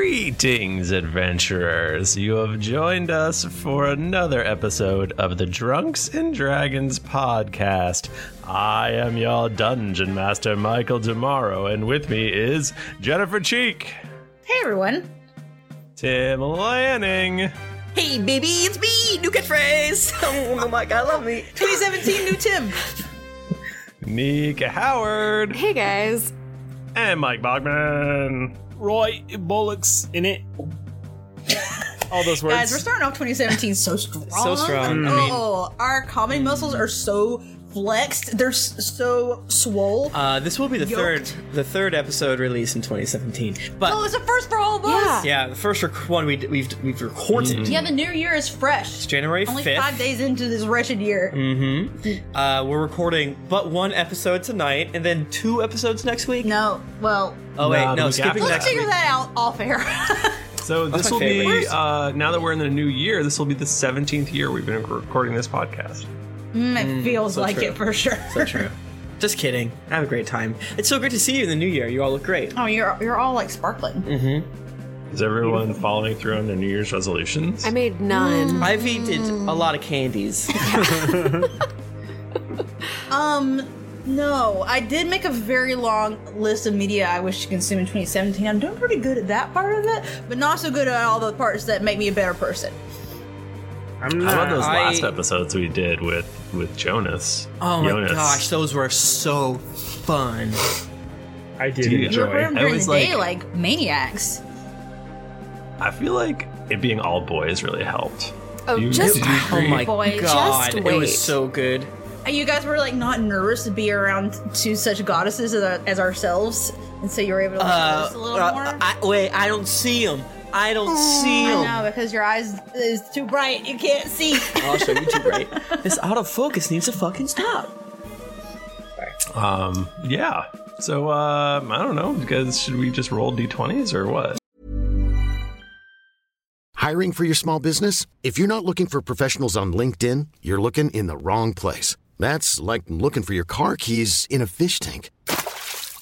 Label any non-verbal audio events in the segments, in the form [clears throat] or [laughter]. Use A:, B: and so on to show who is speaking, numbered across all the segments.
A: Greetings, adventurers! You have joined us for another episode of the Drunks and Dragons podcast. I am your dungeon master, Michael Demaro, and with me is Jennifer Cheek,
B: Hey everyone.
A: Tim Lanning,
C: Hey, baby, it's me! New catchphrase!
B: [laughs]
C: Oh my god, love me!
B: 2017 new Tim.
A: Nika Howard,
D: Hey guys.
A: and Mike Bogman.
E: Roy Bullocks
C: [laughs]
E: in it. All those words.
B: Guys, we're starting off 2017 so strong.
C: So strong, I mean-
B: oh, our comedy muscles are so flexed. They're s- so swole.
C: Uh, this will be the
B: Yoked.
C: third the third episode released in 2017. But
B: oh, it's a first for all of
D: Yeah.
B: us.
C: yeah, the first rec- one we d- we've we've recorded.
B: Yeah, the new year is fresh.
C: January
B: Only
C: 5th.
B: five days into this wretched year.
C: Uh, we're recording but one episode tonight and then two episodes next week.
B: No, well,
C: Oh wait,
A: Nah, the
C: no,
A: week
C: skipping
A: after.
B: let's
C: next
B: figure
C: week.
B: that out off air.
A: So this
C: my
A: will be
C: favorite.
A: uh, now that we're in the new year. This will be the 17th year we've been recording this podcast.
B: Mm, it feels like
C: true.
B: it for sure.
C: So true. [laughs] Just kidding. Have a great time. It's so great to see you in the new year. You all look great.
B: Oh, you're you're all like sparkling.
E: Hmm?
A: Is everyone following through on their New Year's resolutions?
D: I
B: [laughs]
D: made none.
C: Ivy did a lot of candies.
B: Um, no, I did make a very long list of media I wish to consume in 2017. I'm doing pretty good at that part of it, but not so good at all the parts that make me a better person.
E: I'm
A: How
E: not.
A: about those
C: I-
A: last episodes we did with with Jonas?
C: Oh my
A: Jonas.
C: gosh, those were so fun.
E: I did
A: Dude.
B: You
E: enjoy.
B: recorded them
A: I
B: during
A: was
B: the day
A: like-
B: like maniacs.
A: I feel like it being all boys really helped.
D: Oh,
A: You-
D: just
A: did you
C: Oh
A: agree?
C: my
B: Boy, just
C: god, it
D: wait.
C: was so good.
B: And Uh, you guys were like not nervous to be around two such goddesses as, as ourselves, and so you were able to
C: Uh,
B: focus a little
C: uh,
B: more. Oh,
C: I, wait, I don't see him. I don't
D: Oh,
C: see
B: I
C: him.
B: know because your eyes is too bright. You can't see.
C: [laughs] I'll show you too, right? This out of focus needs to fucking stop.
A: Um, yeah. So um, I don't know. You guys, should we just roll d20s or what?
F: Hiring for your small business? If you're not looking for professionals on LinkedIn, you're looking in the wrong place. That's like looking for your car keys in a fish tank.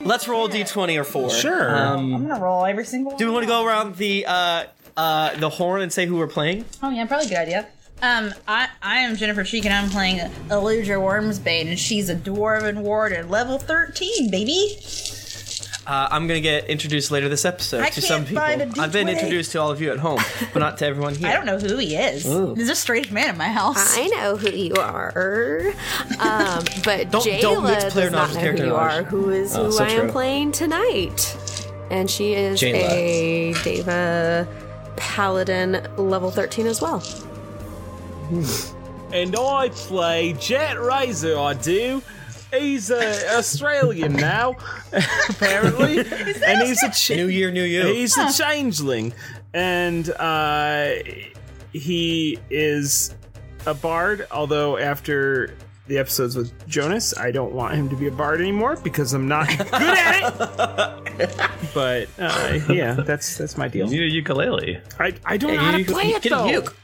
C: Let's roll a d20 or four.
E: Sure.
C: Um,
B: I'm gonna roll every single.
C: do we want to go around the uh, uh, the horn and say who we're playing?
B: Oh yeah, probably a good idea. Um, I I am Jennifer Sheik and I'm playing Eludra Wormsbane and she's a dwarven ward at level thirteen, baby.
C: Uh, I'm gonna get introduced later this episode
B: I
C: to some
B: can't
C: people.
B: find a
C: I've been
B: D20.
C: introduced to all of you at home, but not to everyone here.
B: [laughs]
C: Oh.
B: I don't know who he is. There's a straight man in my house.
D: I know who you are. Um, but
C: [laughs] Don't-
D: Jayla
C: don't mix player
D: does not
C: knowledge with
D: know
C: character
D: who you
C: knowledge.
D: are, who is
C: Oh,
D: who
C: so
D: I
C: true.
D: am playing tonight. And she is
C: Jayla.
D: a Deva Paladin level 13 as well.
E: and I play Jet Razor. I do. He's a Australian now, [laughs] apparently, and he's a cha-
C: New year, new you.
E: He's a changeling, and uh, he is a bard. Although after the episodes with Jonas, I don't want him to be a bard anymore because I'm not good at it. But uh, yeah, that's that's my deal.
A: Need a ukulele.
E: I, I don't
C: Yeah,
E: know how to
C: you-
E: play
C: you
E: it
C: can
E: though.
C: uke.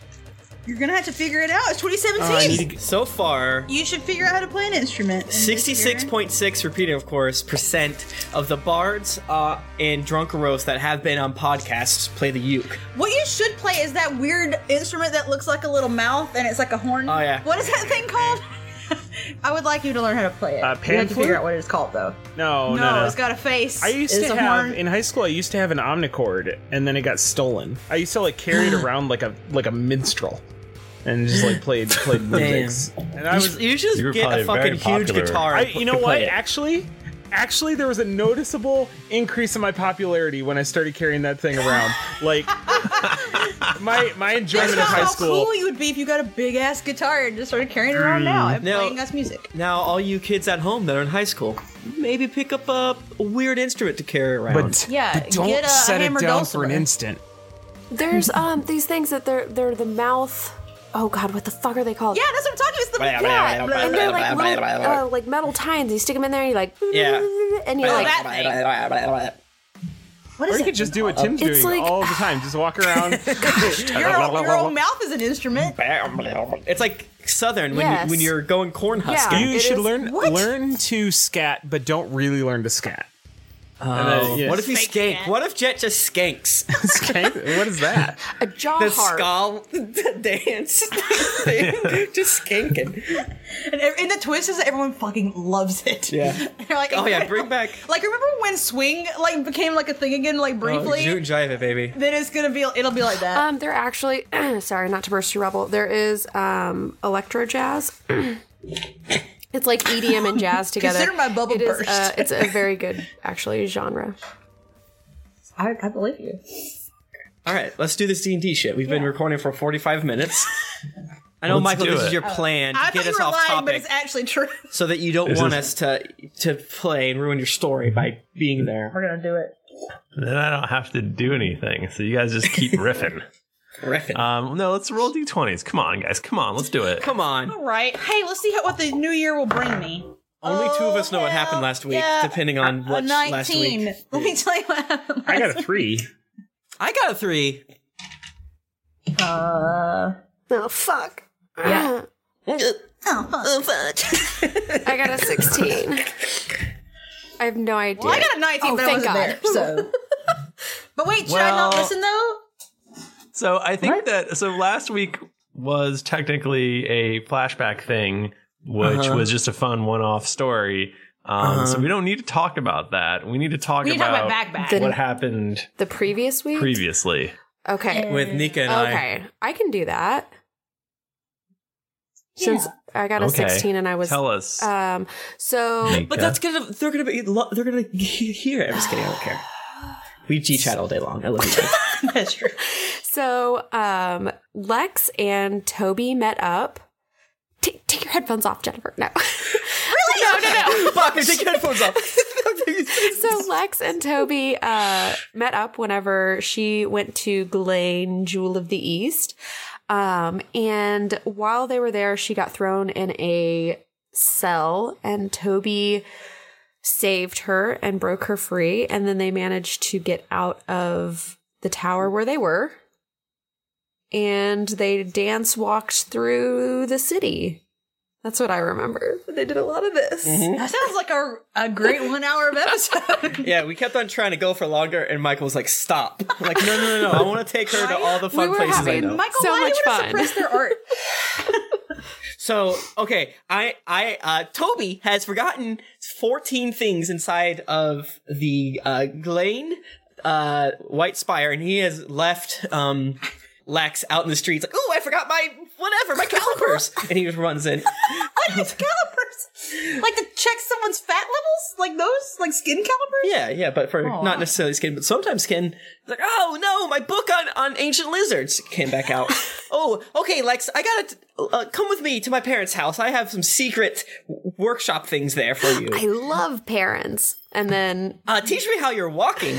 B: You're gonna have to figure it out. It's 2017.
E: Oh, I need to get-
C: Uh, So far,
B: You should figure out how to play an instrument. in this year.
C: 66.6 repeating of course percent of the bards uh, and drunkaros that have been on podcasts play the uke
B: What you should play is that weird instrument that looks like a little mouth and it's like a horn.
C: Oh, yeah.
B: What is that thing called? I would like you to learn how to play it.
E: Uh,
B: you have
E: pan
B: to
E: flute?
B: figure out what it's called though.
E: no, no, no.
B: it's got a face.
E: I used
B: it's
E: to
B: a
E: have
B: horn.
E: in high school. I used to have an omnicord, and then it got stolen. I used to like
C: [gasps]
E: carry it around like a like a minstrel, and just like played played music. And I was,
C: you should
A: You were
C: just get
A: probably
C: a
A: very
C: fucking huge
A: popular.
C: guitar
E: I
C: and pl-
E: you know
C: play
E: what?
C: it.
E: Actually, actually, there was a noticeable increase in my popularity when I started carrying that thing around.
C: [laughs]
E: Like my my enjoyment
B: That's
E: of
B: not
E: high
B: how
E: school.
B: cool you would be if you got a big ass guitar and just started carrying it around now
E: Mm.
B: and
C: No.
B: playing us music.
C: now all you kids at home that are in high school maybe pick up a, a weird instrument to carry around
B: Yeah,
E: but don't
B: get a
E: set it
B: hammered
E: down for
B: dulcimer.
E: an instant.
D: [laughs] There's um these things that they're they're the mouth. Oh God, what the fuck are they called?
B: Yeah, that's what I'm talking about. It's the
D: Yeah, and they're like little, uh, like metal tines. You stick them in there, and you like,
C: Yeah.
D: and you're
B: Oh,
D: like,
B: that thing. What
E: Or
B: is
E: you
B: it?
E: could just do what Tim's
D: It's
E: doing
D: like-
E: all the time.
C: [laughs]
E: Just walk around.
B: Your,
E: [laughs]
B: your own mouth is an instrument.
C: it's like southern when,
D: Yes.
C: you, when you're going corn husking
D: Yeah.
E: You
D: It
E: should
D: is-
E: learn
B: what?
E: learn to scat, but don't really learn to scat. And then, yes.
C: Oh. what if you skank what if jet just skanks
E: [laughs] Skank? What is that?
B: [laughs]
D: a jaw
C: the
D: heart.
C: skull [laughs] dance [laughs] just skanking
B: And, ev- and the twist is that everyone fucking loves it.
C: Yeah.
B: [laughs] They're like,
C: Oh, yeah, bring back-
B: Like, remember when swing like became like a thing again,
C: Oh,
B: like briefly?
C: June jive it
B: [coughs]
C: baby
B: then it's gonna be, it'll be like that.
D: Um, they're actually [clears throat] sorry, not to burst your bubble. There is um electro jazz. it's like EDM and
B: [laughs]
D: jazz together.
B: Consider my bubble
D: It is,
B: burst.
D: uh, it's a
B: [laughs]
D: very good actually genre.
B: I, I believe you.
C: All right, let's do this D and D shit. We've been recording for forty-five minutes.
B: [laughs]
C: I know,
A: Let's
C: Michael,
A: do
C: this is
A: it.
C: your plan to
B: I
C: get
B: thought you
C: us
B: were
C: off
B: lying, but
C: topic,
B: it's actually true. [laughs]
C: so that you don't want
A: is-
C: us to to play and ruin your story by being there.
B: We're gonna do it.
A: Then I don't have to do anything. So you guys
C: [laughs]
A: just keep riffing. Um, no, let's roll d20s. Come on, guys. Come on, let's do it.
C: Come on.
B: All right. Hey, let's see how, what the new year will bring me.
C: Only two of us know what
B: Oh,
C: happened last week,
B: yeah.
C: depending on
B: A
C: what last
B: 19.
C: week.
B: Let me tell you what happened.
E: I
B: [laughs]
E: got a three.
C: I got a three.
D: Oh fuck. Yeah.
B: Oh,
D: Oh, I got a sixteen. I have no idea.
B: Well, I got a 19,
D: Oh,
B: but I
D: thank
B: wasn't there.
D: [laughs]
B: So. but wait, should I not
A: Well-
B: listen though?
A: So I think that so last week was technically a flashback thing, which was just a fun one-off story. Um, So we don't need to talk about that. We need to talk,
B: We need to talk
A: about,
B: about backpack.
A: what happened
D: the previous week.
A: previously.
D: okay.
C: With Nika and I.
D: Okay. I can do that. Since I got a
A: Okay.
D: sixteen and I was
A: Tell us.
D: um so
A: Nika.
C: But that's gonna they're gonna be lo- they're gonna [laughs] he- hear. it. I'm just kidding. I don't care. We G chat all day long. I love
B: [laughs]
C: you. guys.
B: That's true.
D: So, um, Lex and Toby met up. Take take your headphones off, Jennifer. No. [laughs] really? No, no, no.
C: Fuck! Take your headphones off.
D: [laughs] So Lex and Toby uh, met up whenever she went to Glane Jewel of the East. Um, and while they were there, she got thrown in a cell, and Toby saved her and broke her free. And then they managed to get out of the tower where they were. And they dance walked through the city. That's what I remember. They did a lot of this.
B: That sounds like a, a great one hour
D: [laughs]
B: of episode.
C: Yeah, we kept on trying to go for longer, and Michael was like, "Stop!" I'm like, no, no, no, no. I want to take her to all the fun
D: were
C: places
D: having
C: I know.
B: Michael,
D: So
B: why
D: much
B: do you want
D: fun.
B: to suppress their art?
C: so, okay, I, I, uh, Toby has forgotten 14 things inside of the uh, Glane uh, White Spire, and he has left um, Lax out in the
B: [laughs]
C: streets. Like, oh, I forgot my whatever, my calipers, and he just runs in.
B: Calipers. Like to check someone's fat levels? Like those? Like skin calibers?
C: Yeah, yeah, but for
B: Aw.
C: not necessarily skin, but sometimes skin. it's Like, oh no, my book on, on ancient lizards came back out. oh, okay, Lex, I gotta uh, come with me to my parents' house. I have some secret w- workshop things there for you.
D: I love parents. And then
C: uh, teach me how you're walking.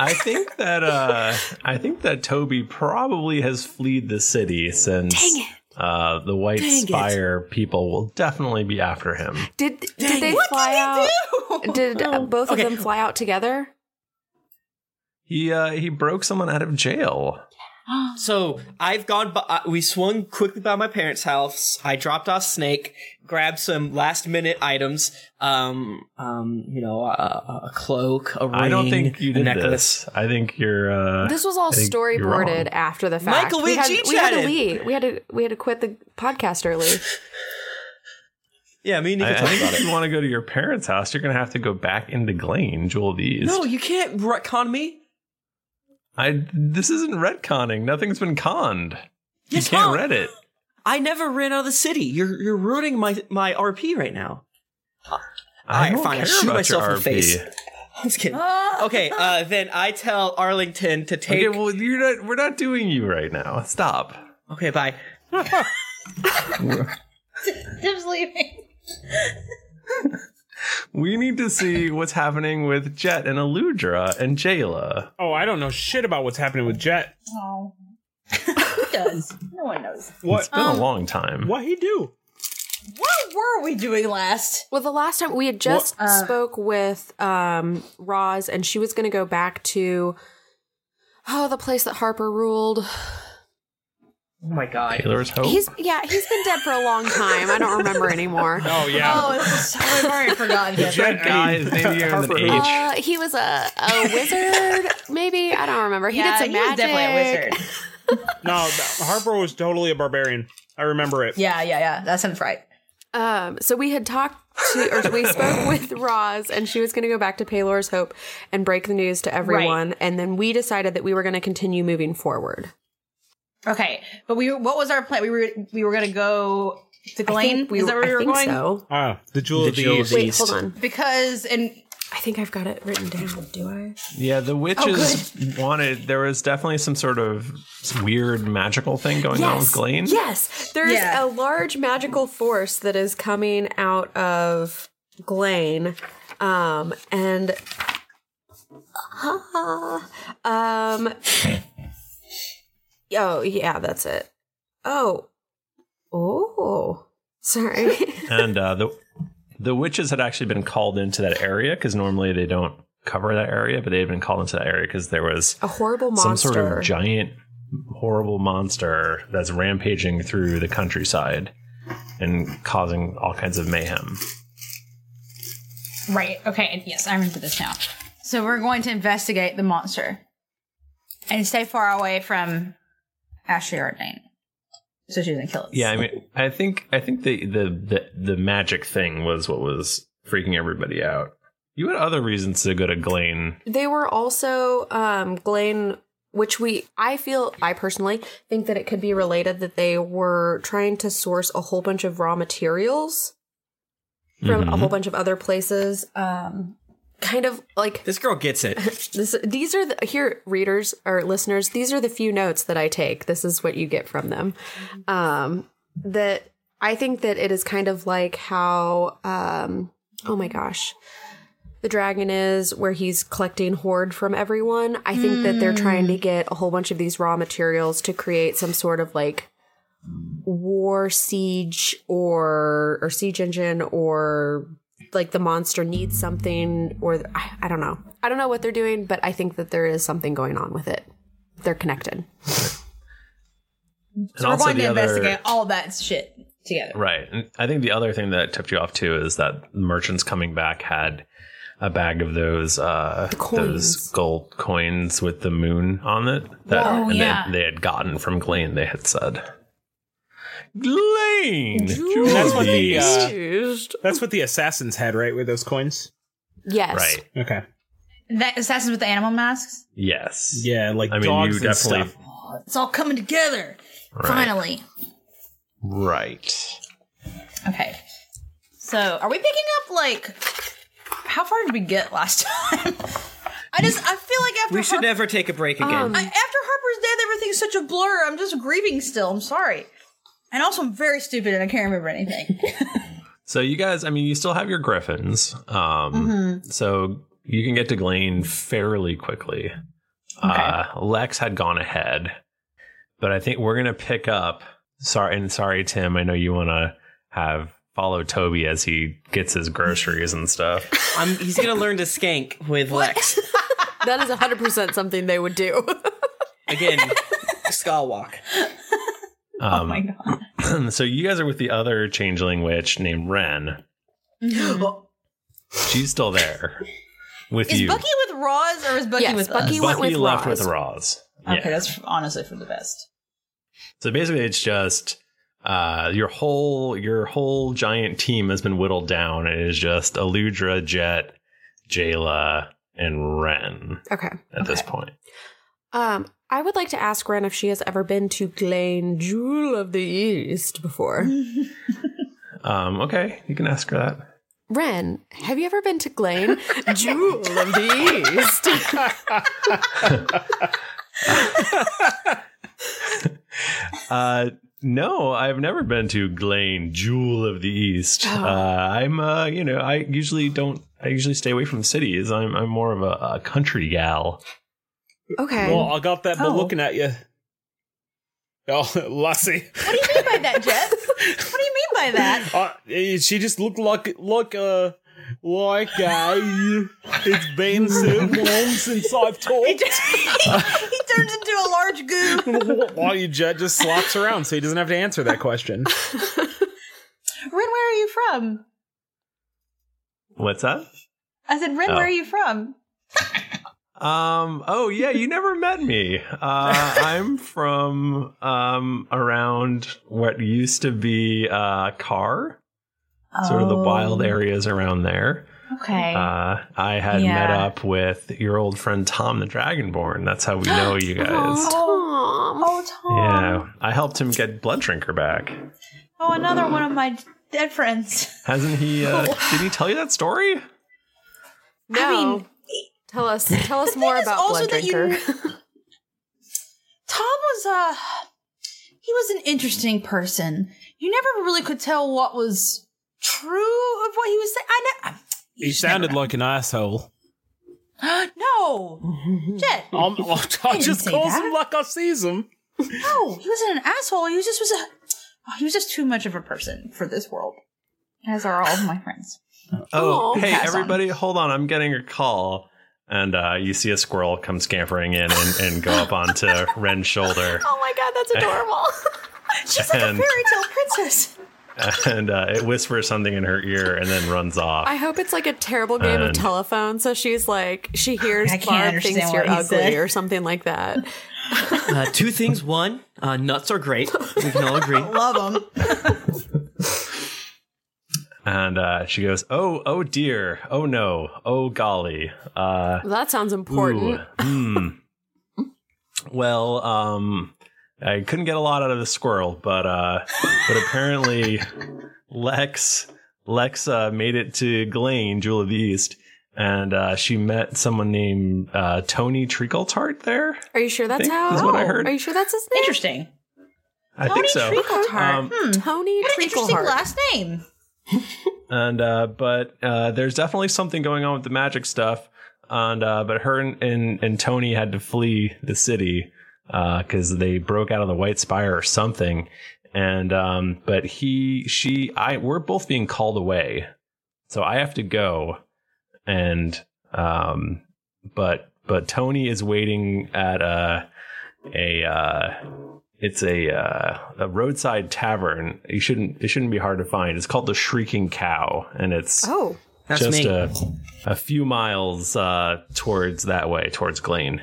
A: I think that uh, I think that Toby probably has fled the city since uh, the White
D: Dang it.
A: Spire people will definitely be after him.
D: Did did they fly out? Did uh, both
A: Okay.
D: of them fly out together?
A: He uh, he broke someone out of jail.
C: [gasps] so I've gone. Bu- uh, we swung quickly by my parents' house. I dropped off Snake, grabbed some last minute items. Um, um, you know, a, a a cloak, a ring,
A: I don't think you
C: a
A: did
C: necklace.
A: this. I think you're. Uh,
D: this was all
A: I think you're wrong.
D: storyboarded after the fact.
C: Michael, we
D: had,
C: G-chatted.
D: we had to leave. We had to we had to quit the podcast early.
C: Yeah, me and
A: I,
C: Nico
A: I
C: talked
A: think
C: about
A: if
C: it.
A: you want to go to your parents' house, you're going to have to go back into Glane, Jewel of the East.
C: No, you can't retcon me.
A: I this isn't retconning. Nothing's been conned. you can't
C: Tom.
A: Reddit.
C: I never ran out of the city. You're you're ruining my my RP right now.
A: I
C: Alright,
A: don't
C: fine. I
A: care
C: shoot
A: about
C: myself
A: your
C: in the face.
A: RP.
C: [laughs] I'm just [laughs] kidding. okay, uh, then I tell Arlington to take.
A: Okay, well, you're not. We're not doing you right now. Stop.
C: Okay, bye.
B: Tim's leaving.
A: we need to see what's happening with Jet and Eludra and Jayla.
E: Oh, I don't know shit about what's happening with Jet.
B: [laughs] Oh. Who does? No one knows.
E: What?
A: It's been
B: Um,
C: Um,
A: a long time.
E: What he do?
B: What were we doing last?
D: Well, the last time we had just
B: What- Uh.
D: spoke with um Roz, and she was going to go back to oh the place that Harper ruled.
C: Oh my god.
A: Taylor's hope.
D: He's yeah, he's been dead for a long time. I don't remember anymore.
E: Oh yeah.
B: Oh, it's just, I've already forgotten.
A: The
B: that.
A: Jet guy is maybe even an
E: Harper.
A: H.
D: Uh, he was a, a wizard, maybe I don't remember. He did some magic.
B: wizard.
E: [laughs] No, th- Harper was totally a barbarian. I remember it.
B: Yeah, yeah, yeah. That sounds right.
D: Um, so we had talked to, or we
B: [laughs]
D: spoke with Roz, and she was going to go back to Paylor's Hope and break the news to everyone. And then we decided that we were going to continue moving forward.
B: Okay, but we what was our plan? We were we were gonna go to
D: I
B: Glane.
D: think we-
B: is that where we
D: I
B: were
D: think
B: going?
D: So.
E: Ah, the jewel
C: The
E: of the
C: Jewel of
E: East.
C: the
D: Wait,
C: East.
D: hold on.
B: Because and
D: I think I've got it written down. Do I?
A: Yeah,
D: Oh,
A: the witches wanted. There was definitely some sort of weird magical thing going on with Glane.
D: Yes, there's
B: Yeah.
D: a large magical force that is coming out of Glane, um, and Ah,
A: [laughs]
D: um, oh yeah, that's it. Oh, oh, sorry.
A: [laughs] and uh, the the witches had actually been called into that area because normally they don't cover that area, but they had been called into that area because there was
D: a horrible monster.
A: some sort of giant, horrible monster that's rampaging through the countryside and causing all kinds of mayhem.
B: right. Okay. And yes, I remember this now. So we're going to investigate the monster and stay far away from Ashley Ardain, so she doesn't kill us.
A: Yeah, I mean, I think I think the the the, the magic thing was what was freaking everybody out. You had other reasons to go to Glane.
D: They were also um Glane which we I feel I personally think that it could be related that they were trying to source a whole bunch of raw materials from a whole bunch of other places um kind of like
C: This girl gets [laughs] it.
D: [laughs] this these are the here readers or listeners these are the few notes that i take this is what you get from them um that i think that it is kind of like how um oh my gosh the dragon is where he's collecting hoard from everyone i think that they're trying to get a whole bunch of these raw materials to create some sort of like war siege or or siege engine or like the monster needs something or I, I don't know i don't know what they're doing but i think that there is something going on with it they're connected
A: and
B: so we're going to
A: the other-
B: investigate all that shit together.
A: Right. And I think the other thing that tipped you off too is that merchants coming back had a bag of those uh those
D: coins.
A: gold coins with the moon on it that
B: Whoa,
A: and they-
B: Oh, yeah.
A: they, had gotten from Glane, they had said. Glane! Jewel
E: That's what
A: of
E: the,
A: East.
E: uh, That's what the assassins had, right? With those coins.
D: yes
A: Right.
E: Okay.
B: That assassins with the animal masks.
A: Yes.
E: Yeah, like
A: I mean
E: dogs
A: you
E: and
A: definitely
E: stuff.
B: It's all coming together
A: Right.
B: finally.
A: Right.
B: Okay. So, are we picking up like how far did we get last [laughs] time? I just I feel like after
C: We should
B: Har-
C: never take a break again.
D: Um,
B: I, after Harper's death, everything's such a blur. I'm just grieving still. I'm sorry, and also I'm very stupid and I can't remember anything.
A: So you guys, I mean, you still have your griffins. Um,
B: Mhm.
A: So you can get to Glane fairly quickly. Uh, Lex had gone ahead, but I think we're gonna pick up. Sorry, and sorry, Tim. I know you want to have follow Toby as he gets his groceries and stuff.
C: [laughs] I'm, he's gonna learn to skank with Lex
D: [laughs] that is 100% something they would do. [laughs]
C: again. Skull walk.
A: Um, oh my god! [clears throat] so you guys are with the other changeling witch named Ren.
B: Well,
A: She's still there [laughs] with
B: is
A: you.
B: Bucky with Roz or is Bucky
D: Yes,
B: with
D: Bucky
B: us?
D: went with
A: left
D: Roz.
A: with Roz.
B: Okay,
A: Yeah.
B: that's honestly for the best.
A: So basically, it's just uh, your whole your whole giant team has been whittled down. It is just Aludra, Jet, Jayla, and Ren
D: okay.
A: at this point.
D: Um, I would like to ask Ren if she has ever been to Glane Jewel of the East before.
A: Um, okay, you can ask her that.
D: Ren, have you ever been to Glane Jewel of the East?
A: Uh, no, I've never been to Glane, Jewel of the East.
D: Oh.
A: Uh, I'm, uh, you know, I usually don't. I usually stay away from cities. I'm, I'm more of a, a country gal.
D: Okay.
E: Well, I got that by
B: Oh.
E: looking at you. Oh, [laughs] Lassie.
B: What do you mean by that, Jet? what do you mean by that?
E: [laughs] Uh, eh, she just looked like look uh like I. It's been so long since I've talked. [laughs]
B: he turns into a large goo.
E: While you Jet just slops around, so he doesn't have to answer that question.
B: Ren, where are you from?
A: What's that?
B: I said, Ren,
A: Oh.
B: where are you from?
A: Um. Oh yeah, you never met me. Uh, I'm from um around what used to be uh Car, sort of the wild areas around there.
B: Oh. Okay.
A: Uh, I had
B: Yeah.
A: met up with your old friend Tom the Dragonborn. That's how we
B: [gasps]
A: know you
D: [gasps]
A: guys.
D: Tom.
B: oh, Tom.
A: yeah, I helped him get Blood Drinker back.
B: Oh, another one of my dead friends.
A: Hasn't he? Uh,
B: Oh.
A: did he tell you that story?
D: No.
B: mean,
D: tell
B: [laughs]
D: us tell us
B: thing
D: more
B: is
D: about
B: also
D: Blood
B: that you-
D: Drinker. [laughs]
B: Tom was uh he was an interesting person. You never really could tell what was true of what he was saying. I know. you
E: He
B: just never
E: sounded like an asshole.
B: know. [gasps]
A: [laughs]
B: no, Jet.
E: Um, oh, [laughs] I
B: didn't
E: just
B: say
E: calls
B: that.
E: him like I sees him.
B: No, he wasn't an asshole. He was just was a. Oh, he was just too much of a person for this world, as are all of my friends.
A: Oh,
D: Oh,
A: hey,
B: pass on.
A: everybody, hold on. I'm getting a call. And uh, you see a squirrel come scampering in and, and go up
B: [laughs]
A: onto Ren's shoulder.
D: oh my god, that's adorable.
B: She's like a
A: And-
B: fairy tale princess.
A: And uh, it whispers something in her ear and then runs off.
B: [laughs]
D: I hope it's like a terrible game of
A: And-
D: telephone. So she's like, she hears
B: I can't
D: Barb
B: understand
D: thinks you're
B: what he
D: ugly
B: said.
D: or something like that.
C: Uh, two things. One, uh, nuts are great. We can all agree.
B: Love him.
A: And uh, she goes, Oh, oh dear. Oh no. Oh golly. Uh,
D: That sounds
A: ooh,
D: important.
A: hmm. Well, um, I couldn't get a lot out of the squirrel, but uh, but apparently Lex Lex uh, made it to Glane, Jewel of the East, and uh, she met someone named uh, Tony Treacle Tart there.
D: Are you sure that's
A: think
D: how?
A: that's what I heard.
D: Are you sure that's his name?
B: Interesting.
A: I
B: Tony
A: think so.
B: Treacletart.
A: Um,
B: hmm.
D: Tony
B: What an interesting
D: Treacle.
B: last name.
A: and uh, but uh, there's definitely something going on with the magic stuff. And uh, but her and, and and Tony had to flee the city because they broke out of the White Spire or something. And um, but he, she, I, we're both being called away, so I have to go. And um, but but Tony is waiting at a a uh, it's a uh, a roadside tavern. You shouldn't it shouldn't be hard to find. It's called the Shrieking Cow, and it's
D: Oh,
C: That's
A: just
C: me.
A: a a few miles uh, towards that way, towards Glane.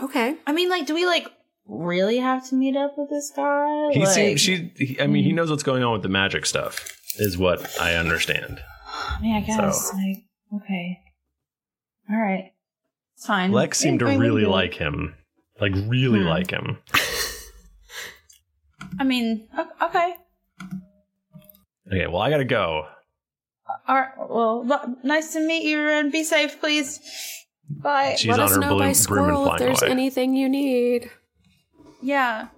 D: okay.
B: I mean, like, do we like really have to meet up with this guy?
A: He
B: like,
A: seems she. He, I mean, he knows what's going on with the magic stuff, is what I understand.
B: I mean, I guess.
A: So-
B: Like, okay. All right. It's fine.
A: Lex seemed to
B: I mean,
A: really
B: good.
A: like him, like really like him.
B: I mean, o- okay.
A: Okay, well I gotta go.
B: All right. Well, lo- nice to meet you, and be safe, please. Bye.
A: She's Let on us her know bloom- by broom and squirrel if flying there's away.
B: anything you need. Yeah.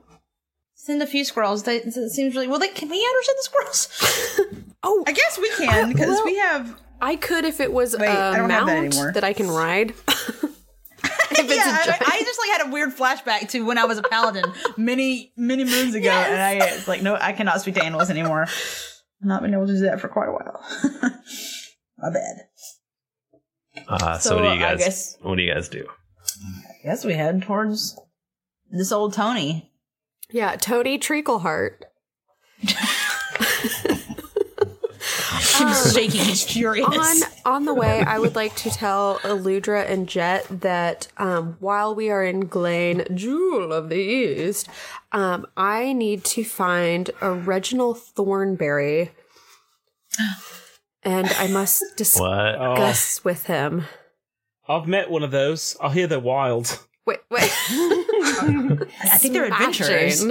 B: Send a few squirrels. They, it seems really well. They, can we understand
D: [laughs]
B: the squirrels?
D: oh,
B: I guess we can because
D: Well,
B: we have.
D: I could if it was
B: Wait,
D: a
B: I don't have
D: um, mount
B: that anymore.
D: I can ride.
B: [laughs] yeah, I, I just like had a weird flashback to when I was a paladin many many moons ago, and I was like, no, I cannot speak to animals anymore. Not been able to do that for quite a while. [laughs] My bad.
A: Uh, so,
B: So,
A: what do you
B: I
A: guys?
B: guess-
A: What do you guys do?
B: I guess we head towards this old Tony.
D: Yeah, Tony Treacleheart.
B: She's shaking. He's furious.
D: on Um, on the way, I would like to tell Eludra and Jet that um, while we are in Glane, Jewel of the East, um, I need to find a Reginald Thornberry, and I must
E: What? Oh.
D: discuss with him.
E: I've met one of those. I hear they're
B: [laughs]
E: wild.
D: Wait, wait.
B: I think they're adventurers.
A: [laughs]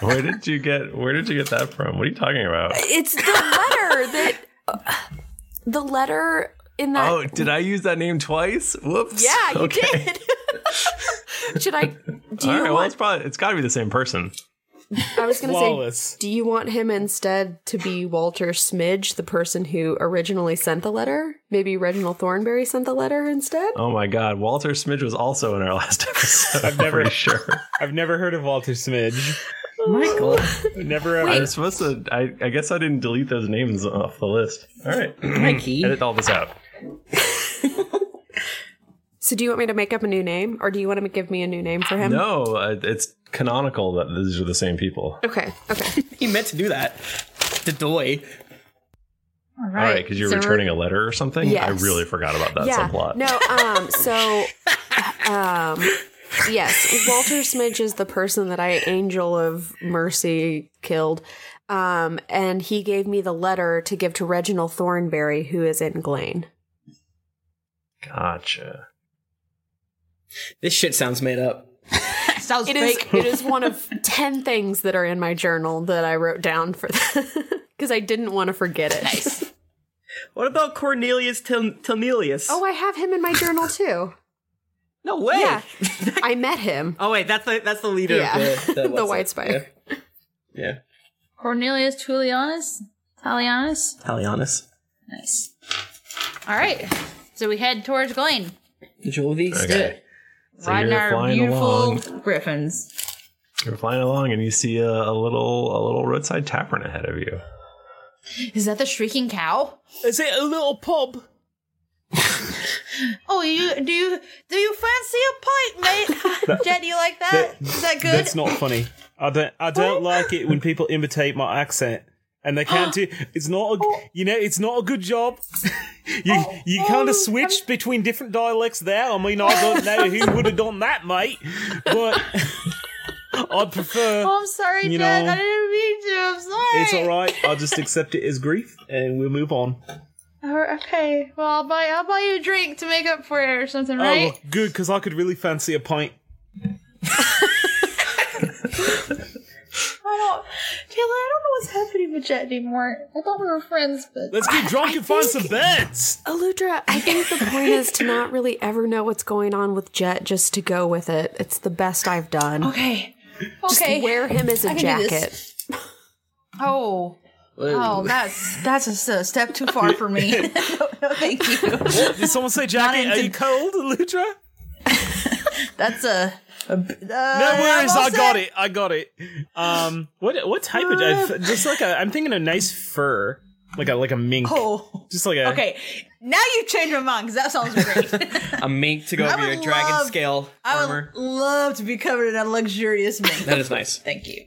A: Where did you get? Where did you get that from? What are you talking about?
D: It's the letter that the letter in that.
A: Oh, did I use that name twice? Whoops.
D: Yeah, you
A: [laughs]
D: did. [laughs] Should I? Do you
A: All right. Well,
D: want?
A: it's probably it's got to be the same person.
D: I was going to
A: Flawless.
D: say, do you want him instead to be Walter Smidge, the person who originally sent the letter? Maybe Reginald Thornberry sent the letter instead?
A: Oh my God, Walter Smidge was also in our last [laughs] episode. [laughs] I've
E: never-
A: pretty sure.
E: I've never heard of Walter Smidge.
B: Michael.
E: never
A: I
E: ever.
A: was supposed to. I, I guess I didn't delete those names off the list. All right.
D: Mikey.
A: Edit all this out.
D: So, do you want me to make up a new name, or do you want to give me a new name for him?
A: No, uh, it's canonical that these are the same people.
D: Okay. Okay.
C: you meant to do that. Dedoy.
B: All
A: All right, because you're returning a letter or something. I
D: Yes.
A: really forgot about that
D: yeah.
A: subplot.
D: No. Um. So. [laughs] Um. Yes, Walter Smidge is the person that I, Angel of Mercy, killed. Um, and he gave me the letter to give to Reginald Thornberry, who is in Glane.
A: Gotcha.
C: This shit sounds made up.
B: Sounds
D: It is. It is one of [laughs] ten things that are in my journal that I wrote down for [laughs] because I didn't want to forget it. Nice.
C: What about Cornelius Til- Tilnelius?
D: [laughs] Oh, I have him in my journal too.
C: No way.
G: [laughs]
D: Yeah, I met him.
C: Oh wait, that's the that's the leader
D: Yeah.
C: [laughs] of the,
D: The
C: what's
D: White
C: it?
D: Spider.
C: Yeah. yeah.
B: Cornelius Tullianus? Tullianus?
C: Talianis.
B: Nice. All right. So we head towards Glane.
C: Jovi.
A: Okay. So
B: riding
A: you're
B: our
A: flying
B: beautiful
A: along.
B: griffins.
A: You're flying along and you see a, a little a little roadside tavern ahead of you.
B: Is that the shrieking cow?
E: Is it a little pub?
B: [laughs] Oh, you do you do you fancy a pint, [laughs] mate? Jet, do you like that?
E: [laughs]
B: Is that good?
E: That's not funny. I don't. I don't like it when people imitate my accent, and they
B: [gasps]
E: can't do. It's not. A, you know, it's not a good job. [laughs] you
B: Oh,
E: you kind of switched between different dialects there. I mean, I don't know who would have done that, mate. But [laughs] I'd prefer.
B: oh, I'm sorry,
E: you
B: Jet.
E: know,
B: I didn't mean to. I'm sorry.
E: It's all right. I'll just accept it as grief, and we'll move on.
B: All right, Oh, okay. Well, I'll buy I'll buy you a drink to make up for it or something,
E: Oh,
B: right?
E: well, good, because I could really fancy a pint.
B: I don't, Taylor. I don't know what's happening with Jet anymore. I thought we were friends, but
E: Let's get drunk and find some beds.
D: Aludra, I
B: [laughs]
D: think the point is to not really ever know what's going on with Jet, just to go with it. It's the best I've done.
B: okay.
D: Just
B: Okay.
D: wear him as
B: I
D: a
B: can do this.
D: jacket.
B: Oh. Oh, that's that's just a step too far for me.
E: [laughs]
B: [laughs] no, no, thank you.
E: What? Did someone say, Jackie, are you cold, Lutra?
B: That's a. a b- uh,
E: No worries, I
B: almost
E: got
B: said-
E: it. I got it. Um, what what type of
B: Uh,
E: I- just like a, I'm thinking a nice fur, like a like a mink,
B: Oh,
E: just like a
B: okay. Now you've changed my mind because that sounds great.
C: A mink to go
B: I
C: over your
B: would
C: dragon
B: love-
C: scale
B: I
C: armor.
B: would love to be covered in a luxurious mink.
C: That is nice.
B: Thank you.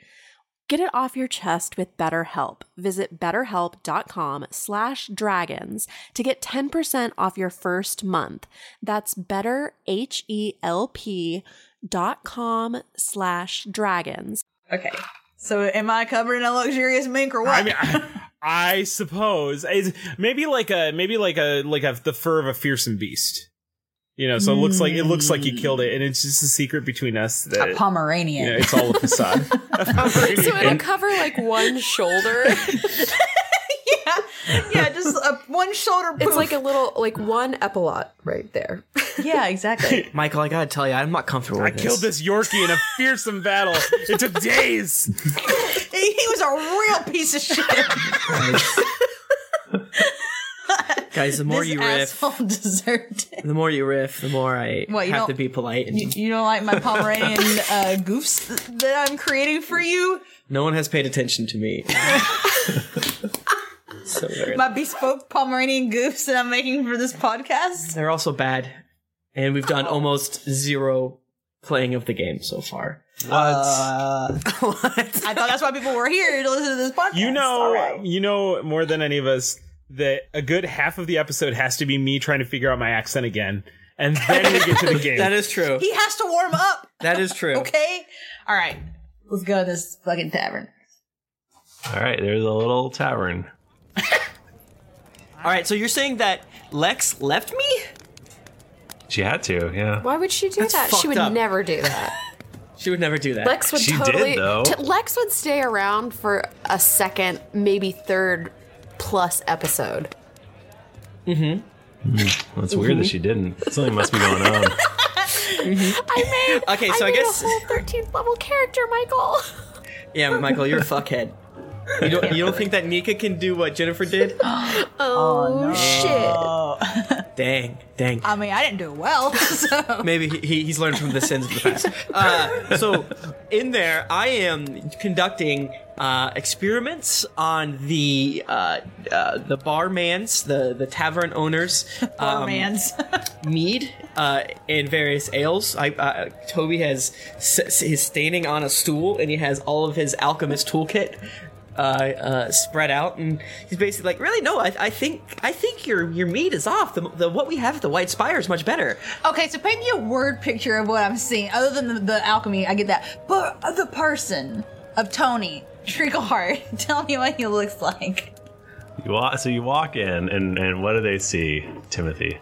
H: Get it off your chest with BetterHelp. Visit betterhelp.com slash dragons to get 10% off your first month. That's betterhelp.com slash dragons.
G: Okay. So am I covered in a luxurious mink or what?
B: I mean, I, I suppose it's maybe like a maybe like a like a the fur of a fearsome beast. You know, so it looks like it looks like you killed it, and it's just a secret between us that
G: a Pomeranian.
B: you know, it's all a facade.
H: So it'll cover like one shoulder.
G: [laughs] yeah, just a, one shoulder.
H: It's like a little, like one epaulette right there.
G: [laughs]
C: [laughs]
G: yeah, exactly.
C: Michael, I gotta tell you, I'm not comfortable
B: I
C: with this.
B: killed this Yorkie in a fearsome battle. It took
C: [laughs]
B: days.
G: he, he was a real piece of shit.
C: Guys, [laughs] the more
G: this
C: you riff,
G: asshole [laughs] deserved it.
C: the more you riff, the more I
G: What, you
C: have
G: don't-
C: to be polite. And
G: You, you don't like my Pomeranian uh, goofs th- that I'm creating for you?
C: no one has paid attention to
G: [laughs]
C: me. so weird.
G: My bespoke Pomeranian goofs that I'm making for this podcast?
C: They're also bad, and we've done almost zero playing of the game so far.
A: What?
G: I thought that's why people were here to listen to this podcast.
B: You know,
G: All right.
B: you know more than any of us that a good half of the episode has to be me trying to figure out my accent again, and then we get
C: [laughs]
B: to the game.
C: That is true.
G: He has to warm up,
C: That is true.
G: okay? All right. Let's go to this fucking tavern.
A: All right, there's a little tavern.
C: All right, so you're saying that Lex left me?
A: She had to, yeah.
H: Why would she do
C: That's
H: that? She
C: fucked
H: would
C: up.
H: never do that.
C: She would never do that.
H: Lex would
A: She did,
H: totally.
A: though.
H: Lex would stay around for a second, maybe third plus episode.
A: Hmm. That's weird that she didn't. Something must be going on.
H: I made.
C: Mm-hmm. [laughs] Okay, so I
H: made
C: guess-
H: a whole 13th level character, Michael.
C: Yeah, Michael, you're a fuckhead. You
G: [laughs]
C: don't, you don't think that Nika can do what Jennifer did?
H: Oh, shit.
G: Oh.
C: Dang, dang.
B: I mean, I didn't do well. [laughs] So.
C: [laughs] Maybe he- he, he's learned from the sins of the past. Uh, so, in there, I am conducting uh, experiments on the uh, uh, the barmans, the the tavern owners, um,
B: Barmans.
C: mead uh, and various ales. I, uh, Toby has s- s- he's standing on a stool and he has all of his alchemist toolkit uh, uh, spread out, and he's basically like, "Really, no, I, I think I think your your mead is off. The, the what we have at the White Spire is much better."
B: Okay, so paint me a word picture of what I'm seeing, other than the, the alchemy. I get that, but of the person of Tony Trickleheart, [laughs] tell me what he looks like.
A: You wa- so you walk in, and, and what do they see, Timothy?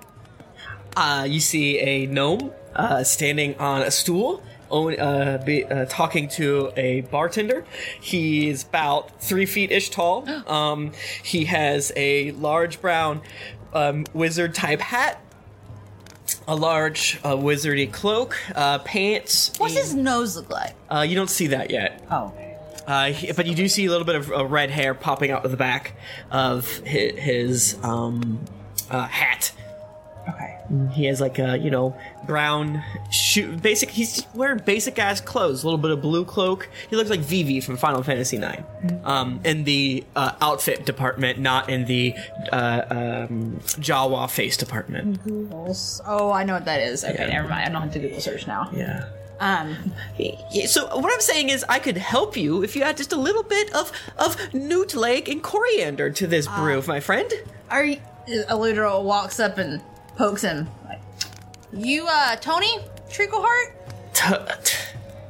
C: Uh, you see a gnome uh, standing on a stool, own, uh, be, uh, talking to a bartender. He's about three feet ish
B: [gasps]
C: tall. Um, he has a large brown um, wizard type hat, a large uh, wizardy cloak, uh, pants.
B: What's his nose look like?
C: Uh, you don't see that yet.
B: Oh.
C: Uh, he- but you do see a little bit of uh, red hair popping out of the back of his, his um, uh, hat. Okay. He has like a you know brown shoe. Basic. He's wearing basic ass clothes. A little bit of blue cloak. He looks like Vivi from Final Fantasy IX. Um, in the uh, outfit department, not in the uh, um, Jawa face department.
B: Googles. Oh, I know what that is. Okay, never mind. I don't have to Google search now.
C: Yeah.
B: Um.
C: Yeah, so what I'm saying is, I could help you if you add just a little bit of of newt leg and coriander to this brew, my friend.
B: Are you, Eludra walks up and pokes him. Like, You, uh, Tony Trickleheart?
C: T-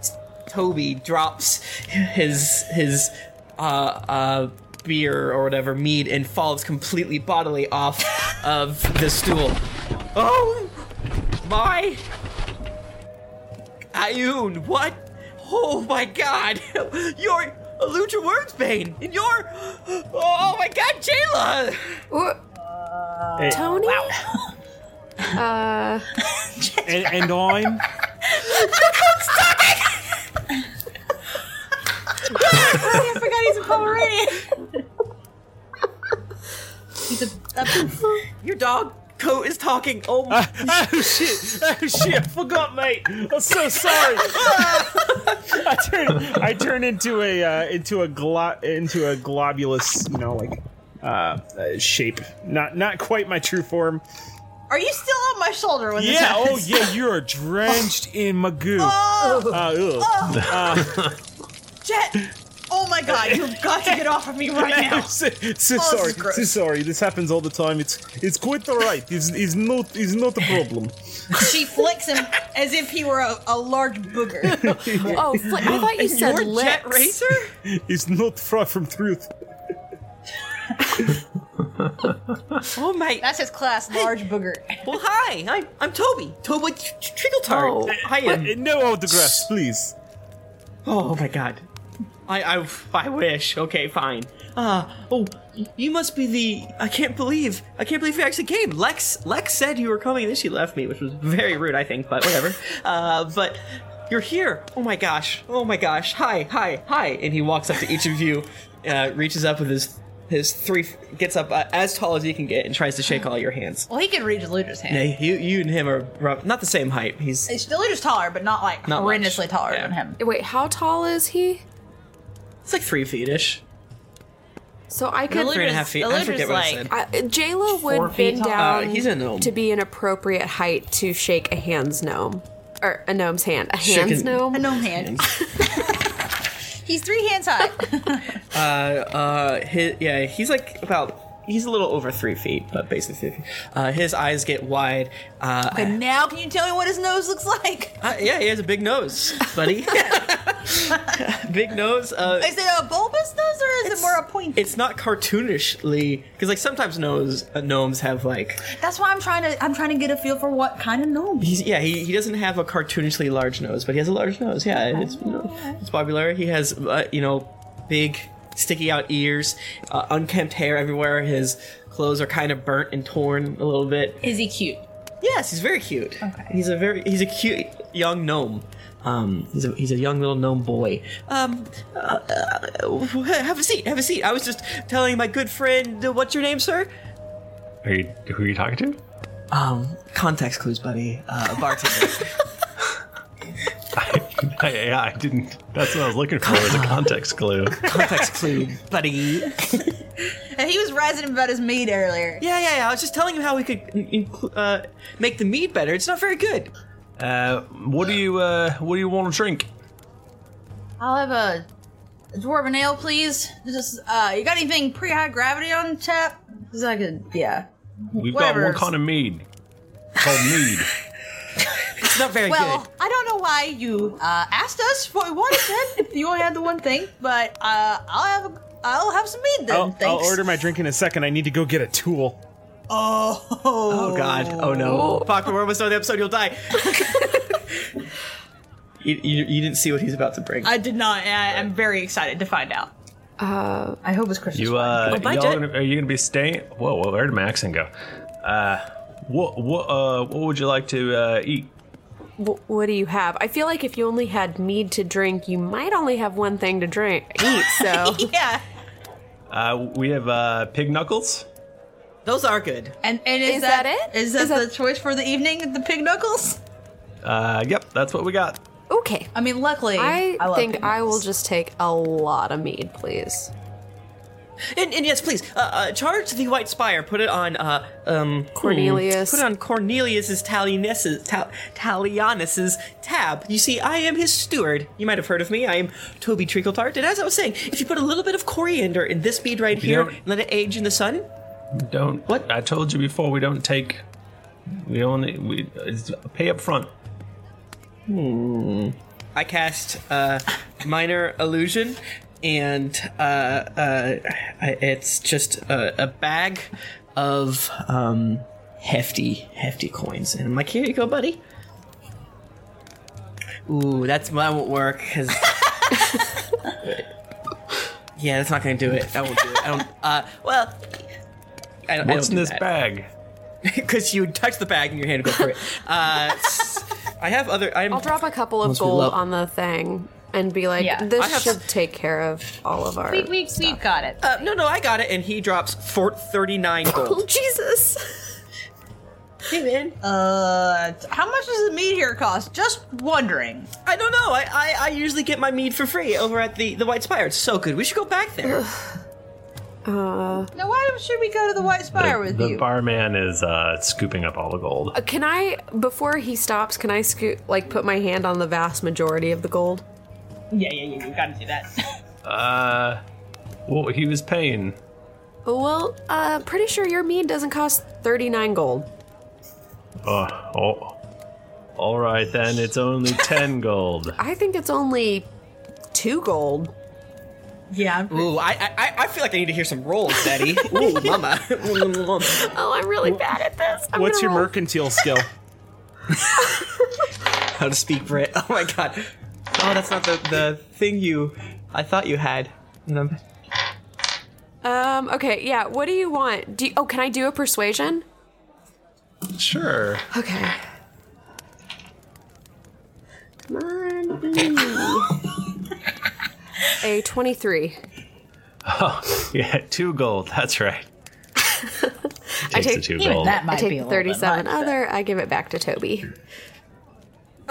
C: t- Toby drops his his uh, uh, beer or whatever mead and falls completely bodily off of the stool. Oh my! Ayun, what? Oh my God! [laughs] You're Lucha Wordsbane, and you're oh my God, Jayla.
I: Hey.
D: Tony?
G: [laughs]
D: uh,
I: And, and I'm
B: [laughs] I forgot he's a Pomeranian.
C: Your dog coat is talking. Oh my!
E: [laughs] oh shit! Oh shit! I forgot, mate. I'm so sorry. I turn I turn into a uh, into a glo- into a globulous, you know, like uh, uh, shape. Not not quite my true form.
B: Are you still on my shoulder when this
E: Yeah. Oh
B: happens?
E: yeah. You are drenched in my goo.
B: Oh,
E: Uh, ugh.
B: [laughs]
E: Uh,
B: Jet! Oh my god, you've got to get off
E: [laughs]
B: of me right [laughs] now.
E: so, so sorry.
B: Oh, this is gross.
E: So sorry. This happens all the time. It's it's quite alright. It's, it's not it's not a
B: [laughs]
E: problem.
B: She flicks him as if he were a, a large
C: [laughs]
B: booger.
D: oh, fl- I thought you said
C: Your
D: licks.
C: jet racer?
E: [laughs] It's not far from truth.
C: [laughs] Oh my!
B: That's his class, large booger.
C: Well, hi, I'm, I'm Toby. Toby Tr- Tr- Trickletart.
D: Oh.
C: I am.
E: Uh, No autographs, please.
C: Oh my god. I, I, I wish. Okay, fine. Uh, oh, you must be the. I can't believe. I can't believe you actually came. Lex, Lex said you were coming, and then she left me, which was very rude, I think. But whatever. uh, but you're here. Oh my gosh. Oh my gosh. Hi, hi, hi. And he walks up to each of you, uh, reaches up with his his three, gets up uh, as tall as he can get, and tries to shake all your hands.
B: Well, he can reach Ludra's hand.
C: Yeah, you, you and him are rough- not the same height. He's
B: It's- Ludra's taller, but not like
C: Not much.
B: horrendously taller
C: Yeah.
B: than him.
D: Wait, how tall is he?
C: It's like three feet ish.
D: So I could.
C: Three and a half feet. I
B: Eludra's
C: forget what I
B: like-
C: said.
D: I, Jayla would
B: feet
D: bend
B: tall.
D: down
C: Uh, he's a gnome.
D: to be an appropriate height to shake a hand's gnome. Or a gnome's hand. A hand's
C: Shaken-
D: gnome?
B: A gnome hand. [laughs] He's three
C: [laughs]
B: hands high.
C: Uh, his, yeah, he's like about. He's a little over three feet, but basically, three feet. Uh, his eyes get wide. Uh,
B: and now, can you tell me what his nose looks like?
C: uh, yeah, he has a big nose,
B: [laughs]
C: buddy. [laughs] big nose. Uh,
B: Is it a bulbous nose or is it more a pointy?
C: it's not cartoonishly because like sometimes nose uh, gnomes have like
B: That's why I'm trying to. I'm trying to get a feel for what kind of gnome.
C: he's yeah he, he doesn't have a cartoonishly large nose but he has a large nose yeah it's you know, it's popular he has uh, you know big sticky out ears uh, unkempt hair everywhere his clothes are kind of burnt and torn a little bit
B: Is he cute?
C: Yes, he's very cute. He's a very he's a cute young gnome. Um, he's a he's a young little gnome boy. Um, uh, uh, have a seat, have a seat. I was just telling my good friend, uh, what's your name, sir?
A: Are you who are you talking to?
C: Um, context clues, buddy. Uh, a bartender.
A: I, yeah, I didn't. That's what I was looking for
C: [laughs]
A: was a context clue.
C: context clue, buddy.
B: And he was razzing about his meat earlier.
C: Yeah, yeah, yeah. I was just telling him how we could inclu- uh, make the mead better. It's not very good.
A: Uh, what do you uh, what do you want to drink?
B: I'll have a, a dwarven ale, please. Just uh, you got anything pre high gravity on tap? Cause I could, yeah.
A: We've
B: Whatever.
A: got one kind of mead called mead.
C: [laughs] It's not very
B: well, I don't know why you uh, asked us what we wanted then. if you only had the one thing, but uh, I'll have a, I'll have some mead then.
E: I'll, I'll
B: thanks.
E: order my drink in a second. I need to go get a tool.
B: Oh.
C: Oh God! Oh no! Fuck! We're almost on the episode. You'll die. you, you, you didn't see what he's about to bring.
B: I did not. And I, I'm very excited to find out.
D: Uh,
B: I hope it's Christmas.
A: You uh,
B: Oh, bye,
A: y'all
B: Jet.
A: gonna, are you gonna be staying? Whoa, whoa, where did my accent go? Uh, what what uh, what would you like to uh, eat?
D: Wh- what do you have? I feel like if you only had mead to drink, you might only have one thing to drink eat. So
B: yeah,
A: Uh, we have uh, pig knuckles.
C: Those are good.
B: And and is,
D: Is that it?
B: Is that the choice for the evening? The pig knuckles?
A: Uh, yep, that's what we got.
D: okay.
B: I mean, luckily,
D: I,
B: love
D: think
B: pig
D: I will
B: knuckles.
D: just take a lot of mead, please.
C: And, and yes, please uh, uh, charge the White Spire. Put it on uh, um,
D: Cornelius.
C: hmm, put it on Cornelius's Talionis's Tal- Talianis's tab. You see, I am his steward. You might have heard of me. I am Toby Treacletart. And as I was saying, if you put a little bit of coriander in this mead right here,
A: don't-
C: and let it age in the sun.
A: Don't what I told you before. We don't take. We only we it's pay up front. Hmm.
C: I cast uh, minor illusion, and uh, uh, I- it's just a, a bag of um, hefty, hefty coins. And I'm like, here you go, buddy. Ooh, that's that won't work. 'cause- [laughs] yeah, that's not gonna do it. I won't do it. I don't. Uh, well, I don't.
A: What's
C: I don't
A: in this
C: [laughs]
A: bag?
C: Because you touch the bag and your hand would go for it. Uh, s- I have other. I'm,
D: I'll drop a couple of
C: Once we
D: gold
C: love-
D: on the thing and be like,
B: Yeah.
D: this
C: I have-
D: should take care of all of our.
B: We, we, we got it.
C: Uh, no, no, I got it. And he drops four, 39
D: Oh,
C: gold.
B: [laughs]
D: Jesus.
C: hey, man.
B: Uh, how much does the meat here cost? Just wondering.
C: I don't know. I, I, I usually get my mead for free over at the, the White Spire. It's so good. We should go back there. Uh.
B: Now, why should we go to the White Spire with
A: the
B: you?
A: barman is uh, scooping up all the gold.
D: Uh, Can I, before he stops, can I scoot, like, put my hand on the vast majority of the gold?
B: yeah, yeah, yeah. You gotta do that.
A: Uh, well, he was paying.
D: Well, uh, pretty sure your mead doesn't cost 39 gold.
A: Uh, oh, all right then. It's
B: [laughs]
A: only ten gold.
D: I think it's only two gold.
B: yeah. I'm
C: Ooh, I, I- I, I feel like I need to hear some rolls, Daddy. [laughs] Ooh, mama.
D: Oh, I'm really bad at this. I'm
E: What's
D: gonna
E: your
D: roll-
C: [laughs]
E: mercantile skill?
C: How to speak Brit. Oh, my God. Oh, that's not the, the thing you... I thought you had. And I'm-
D: Um, okay, yeah. What do you want? Do you, oh, can I do a persuasion?
A: Sure.
D: Okay. Come on. [laughs] a 23.
A: Oh, Yeah, two gold. That's right. Takes the
D: take-
A: two
B: Even
A: gold.
B: that might
D: I
B: be a
D: take
B: little
D: 37
B: bit much,
D: other. I give it back to Toby.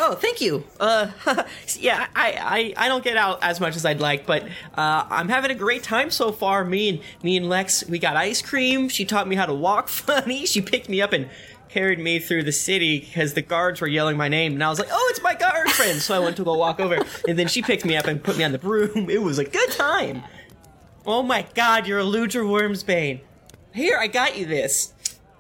C: Oh, thank you. Uh, [laughs] yeah, I, I, I don't get out as much as I'd like, but uh, I'm having a great time so far. Me and me and Lex, we got ice cream. She taught me how to walk [laughs] funny. She picked me up and carried me through the city because the guards were yelling my name, and I was like, "Oh, it's my guard friend!" So I went to go walk over, and then she picked me up and put me on the broom. [laughs] It was a good time. Oh my God, you're a Ludra Wormsbane. Here, I got you this.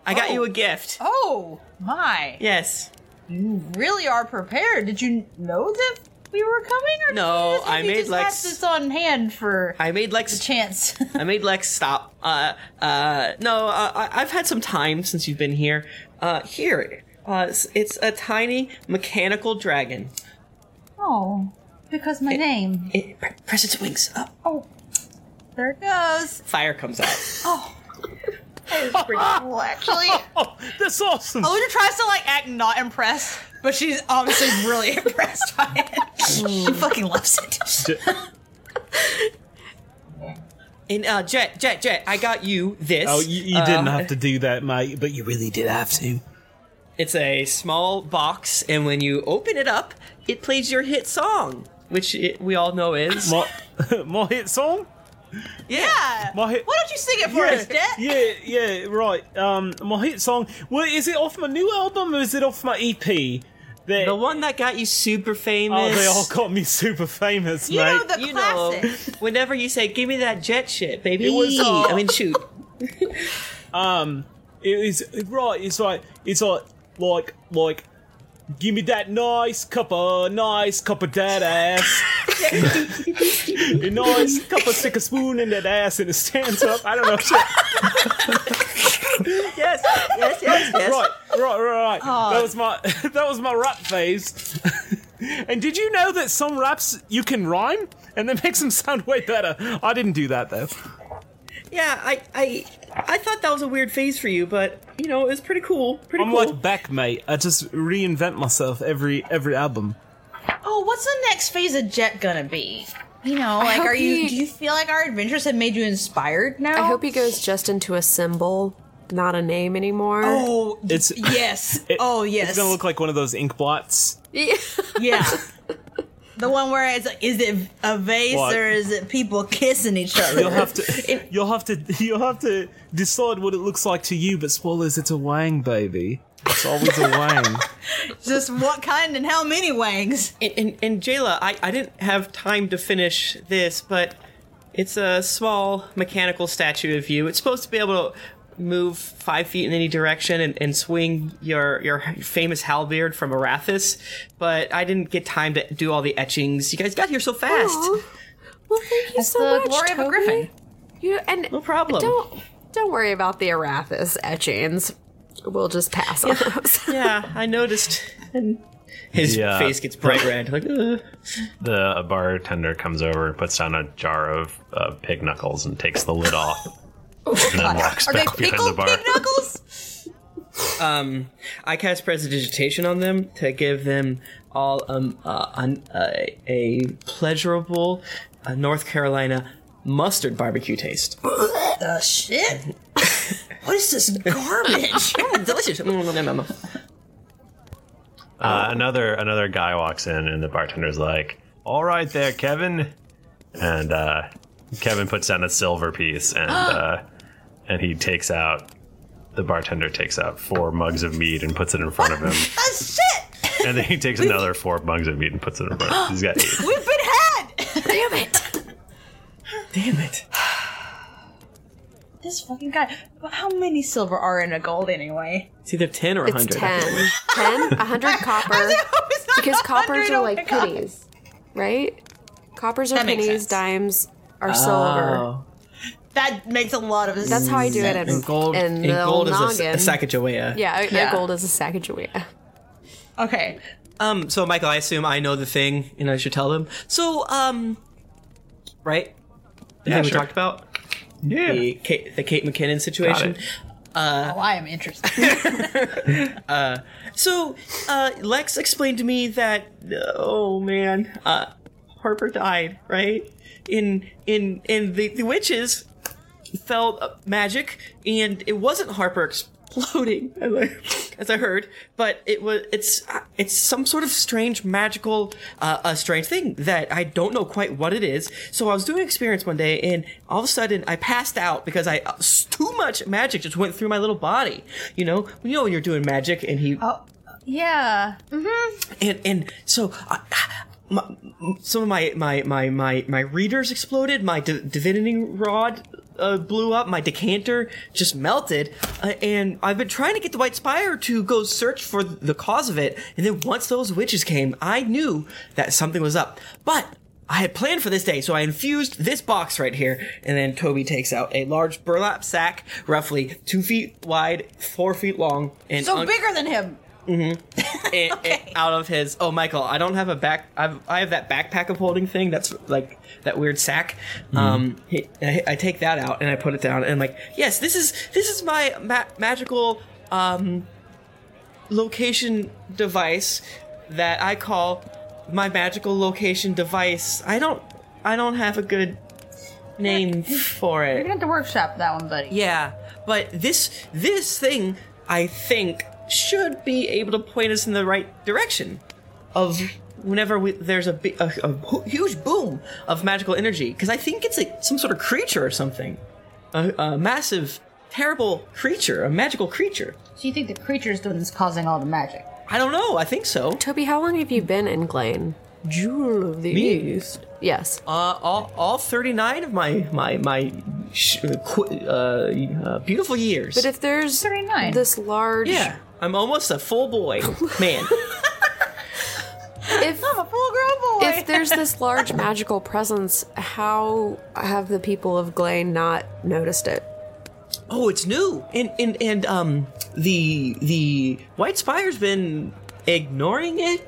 C: I got
B: Oh.
C: you a gift.
B: Oh my!
C: Yes.
B: Really are prepared. Did you know that we were coming? Or
C: No,
B: did you just-
C: I
B: you
C: made
B: just had
C: Lex-
B: this on hand for
C: I made Lex
B: chance. [laughs]
C: I made Lex stop. Uh, uh, no, uh, I, I've had some time since you've been here. Uh, here, uh, it's, it's a tiny mechanical dragon.
B: oh, because my name.
C: It pre- press its wings up.
B: Oh, there it goes.
C: Fire comes out.
B: Oh, It's
A: [laughs]
B: pretty cool, actually.
E: Oh, that's awesome.
B: Aluda tries to like act not impressed, but she's obviously really [laughs] impressed by it. she fucking loves it.
C: And uh, Jet, Jet, Jet, I got you this.
E: Oh, you, you
C: Uh,
E: didn't have to do that, mate, but you really did have to.
C: It's a small box, and when you open it up, it plays your hit song, which it, we all know is.
E: More [laughs] hit song?
B: Yeah.
E: My hit.
B: Why don't you sing it for
E: yeah,
B: us, Deck?
E: Yeah, yeah, right. Um, my hit song. Well, is it off my new album or is it off my EP? The,
C: one that got you super
E: Oh,
C: famous.
E: they all got me super famous,
C: You
E: mate.
C: know the classic. Whenever you say, "Give me that jet shit, baby,"
E: It was-
C: I mean, shoot.
E: um, it is right. It's like it's like like like. Give me that nice cup of nice cup of that ass. [laughs] a nice cup of stick a spoon in that ass and it stands up. I don't know. Shit. [laughs]
C: yes, yes, yes, yes.
E: Right, right, right, right.
C: Oh.
E: That was my [laughs] that was my rap phase. [laughs] and did you know that some raps you can rhyme and that makes them sound way better? I didn't do that though.
C: Yeah, I, I, I thought that was a weird phase for you, but you know, it was pretty cool. Pretty
E: I'm
C: cool.
E: like back, mate. I just reinvent myself every every album.
B: Oh, what's the next phase of Jet gonna be? You know,
D: I
B: like,
D: hope
B: are you?
D: he-
B: do you feel like our adventures have made you inspired now?
D: I hope he goes just into a symbol, not a name anymore.
B: Oh,
E: It's
B: [laughs]
E: [laughs]
B: yes. oh, yes.
E: It's gonna look like one of those ink blots.
B: yeah. The one where it's like, is it a vase
E: What?
B: or is it people kissing each other?
E: You'll
B: [laughs]
E: have to you'll have to [laughs] you'll have to decide what it looks like to you, but spoilers, it's a wang, baby. It's always a
B: [laughs]
E: wang.
B: Just what kind and how many wangs?
C: And, and, and Jayla, I, I didn't have time to finish this, but it's a small mechanical statue of you. It's supposed to be able to move five feet in any direction and, and swing your your famous halberd from Arathis, but I didn't get time to do all the etchings. You guys got here so fast.
D: Well, thank you
B: That's
D: so
B: the
D: much,
B: glory of a
D: Toby.
B: griffin.
D: You and
C: No problem.
D: Don't don't worry about the Arathis etchings. We'll just pass on those.
C: Yeah,
D: [laughs]
C: I noticed. And his
A: Yeah.
C: face gets
A: [laughs]
C: bright red. Like, "Ugh."
A: The bartender comes over, puts down a jar of uh, pig knuckles, and takes the lid off, and
B: [laughs]
A: then walks
B: Are they
A: back behind the
B: pickled
A: bar.
B: pig knuckles?
C: Um, I cast prestidigitation on them to give them all um uh, an, uh, a pleasurable uh, North Carolina mustard barbecue taste.
B: The shit? what is this [laughs] garbage?
C: Mm, Delicious. Mm, nom, nom, nom, nom.
A: Uh,
C: Oh.
A: another another guy walks in, and the bartender's like, "All right, there, Kevin." And uh, Kevin puts down a silver piece,
C: [gasps]
A: and uh, and he takes out the bartender takes out four mugs of mead and puts it in front
C: [laughs]
A: of him,
B: the shit?
A: and then he takes another four mugs of mead and puts it in front. of him. He's got
C: [gasps]
A: eight.
B: [gasps] We've been had!
D: Damn it!
C: Damn it.
B: this fucking guy. But How many silver are in a gold anyway?
C: It's either ten or
D: It's
C: hundred. [laughs]
D: 10.
B: [laughs]
D: 10? 100 copper.
B: it's not
D: Because
B: 100,
D: coppers are
B: oh
D: like
B: my God.
D: pennies, right? Coppers are
B: That makes
D: pennies,
B: sense.
D: dimes are silver.
B: That makes a lot of sense.
D: That's how I do it in,
C: Oh. And gold.
D: in
C: And,
D: the old
C: gold is a,
D: noggin.
C: a Sacagawea.
D: yeah, yeah,
B: Yeah.
D: gold is a Sacagawea.
B: Okay.
C: Um. So Michael, I assume I know the thing, and I should tell them. So um, right? The thing we
A: sure.
C: talked about
A: Yeah.
C: the Kate, the Kate McKinnon situation.
B: Oh, I am interested.
C: So, uh, Lex explained to me that oh man, uh, Harper died right in in in the the witches felt uh, magic, and it wasn't Harper exploding [laughs] as I, as I heard, but it was it's uh, it's some sort of strange magical uh, a strange thing that I don't know quite what it is. So I was doing experiments one day, and all of a sudden I passed out because I uh, s- too much magic just went through my little body. You know, you know when you're doing magic, and he
B: yeah. Mm-hmm.
C: and and so I, my, some of my my my my my readers exploded. My di- divinity rod uh, blew up. My decanter just melted. Uh, and I've been trying to get the White Spire to go search for the cause of it. And then once those witches came, I knew that something was up. But I had planned for this day, so I infused this box right here. And then Toby takes out a large burlap sack, roughly two feet wide, four feet long, and
B: So
C: un- Mm-hmm.
B: bigger than him.
C: [laughs] it, it out of his. Oh, Michael, I don't have a back. I've, I have that backpack of holding thing. That's like that weird sack. Um, he- I, I take that out and I put it down and I'm like, yes, this is this is my ma- magical um location device that I call my magical location device. I don't I don't have a good name for it.
B: have to workshop that one, buddy.
C: Yeah, but this this thing I think should be able to point us in the right direction of whenever we, there's a, bi- a, a hu- huge boom of magical energy. Because I think it's like some sort of creature or something. A, a massive, terrible creature, a magical creature.
B: So you think the creature is the one that's causing all the magic?
C: I don't know. I think so.
D: Toby, how long have you been in Glane? Jewel of the
C: Me?
D: East. Yes.
C: Uh, all, all 39 of my my my sh- uh, qu- uh, uh, beautiful years.
D: But if there's this large.
C: yeah, I'm almost a full boy, man.
D: If, I'm
B: a full grown boy.
D: If there's this large magical presence, how have the people of Glane not noticed it?
C: Oh, it's new. And and and um the the White Spire's been ignoring it,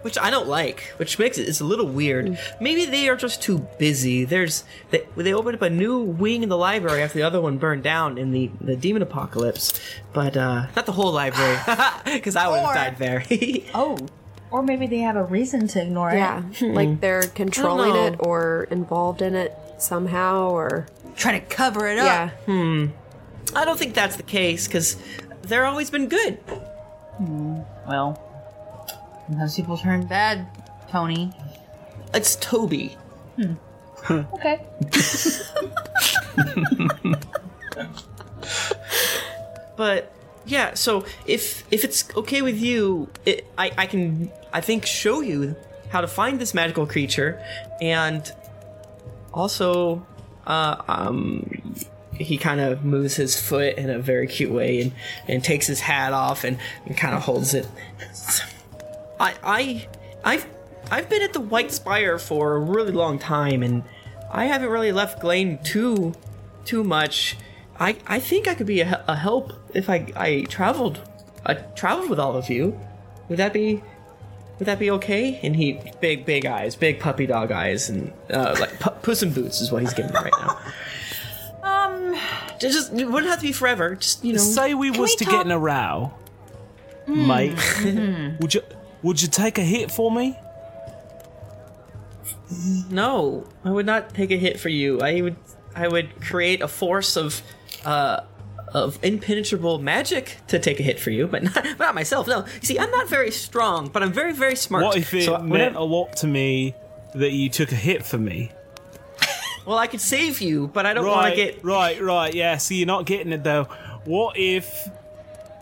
C: which I don't like, which makes it it's a little weird. Maybe they are just too busy. There's they, they opened up a new wing in the library after the other one burned down in the the demon apocalypse, but uh not the whole library [laughs] cuz I would
B: Or-
C: have died there. [laughs]
B: oh, or maybe they have a reason to ignore
D: Yeah.
B: it. Hmm.
D: Like they're controlling
B: know.
D: it or involved in it somehow or.
B: Trying to cover it
D: Yeah.
C: Hmm. I don't think that's the case cuz they're always been good.
B: Hmm, Well, sometimes people turn bad, Tony.
C: It's Toby.
B: Okay.
C: But yeah, so if if it's okay with you, it, I I can I think show you how to find this magical creature, and also, uh, um, he kind of moves his foot in a very cute way and and takes his hat off and, and kind of holds it. I I I've I've been at the White Spire for a really long time, and I haven't really left Glane too too much. I I think I could be a, a help if I I traveled I traveled with all of you. Would that be would that be okay? And he big big eyes, big puppy dog eyes, and uh, like pu- puss in boots is what he's giving me right now.
B: Um,
C: Just, just it wouldn't have to be forever. Just you know.
G: Say we was to get in a row,
B: Hmm.
G: mate.
B: Mm-hmm.
G: would you would you take a hit for me?
C: No, I would not take a hit for you. I would I would create a force of uh of impenetrable magic to take a hit for you, but [laughs] not, but not myself. No, you see, I'm not very strong, but I'm very very smart.
G: What if it
C: So
G: meant
C: whenever-
G: a lot to me that you took a hit for me?
C: well, I could save you, but I don't
G: right,
C: want to get.
G: right, right. Yeah, so you're not getting it though. What if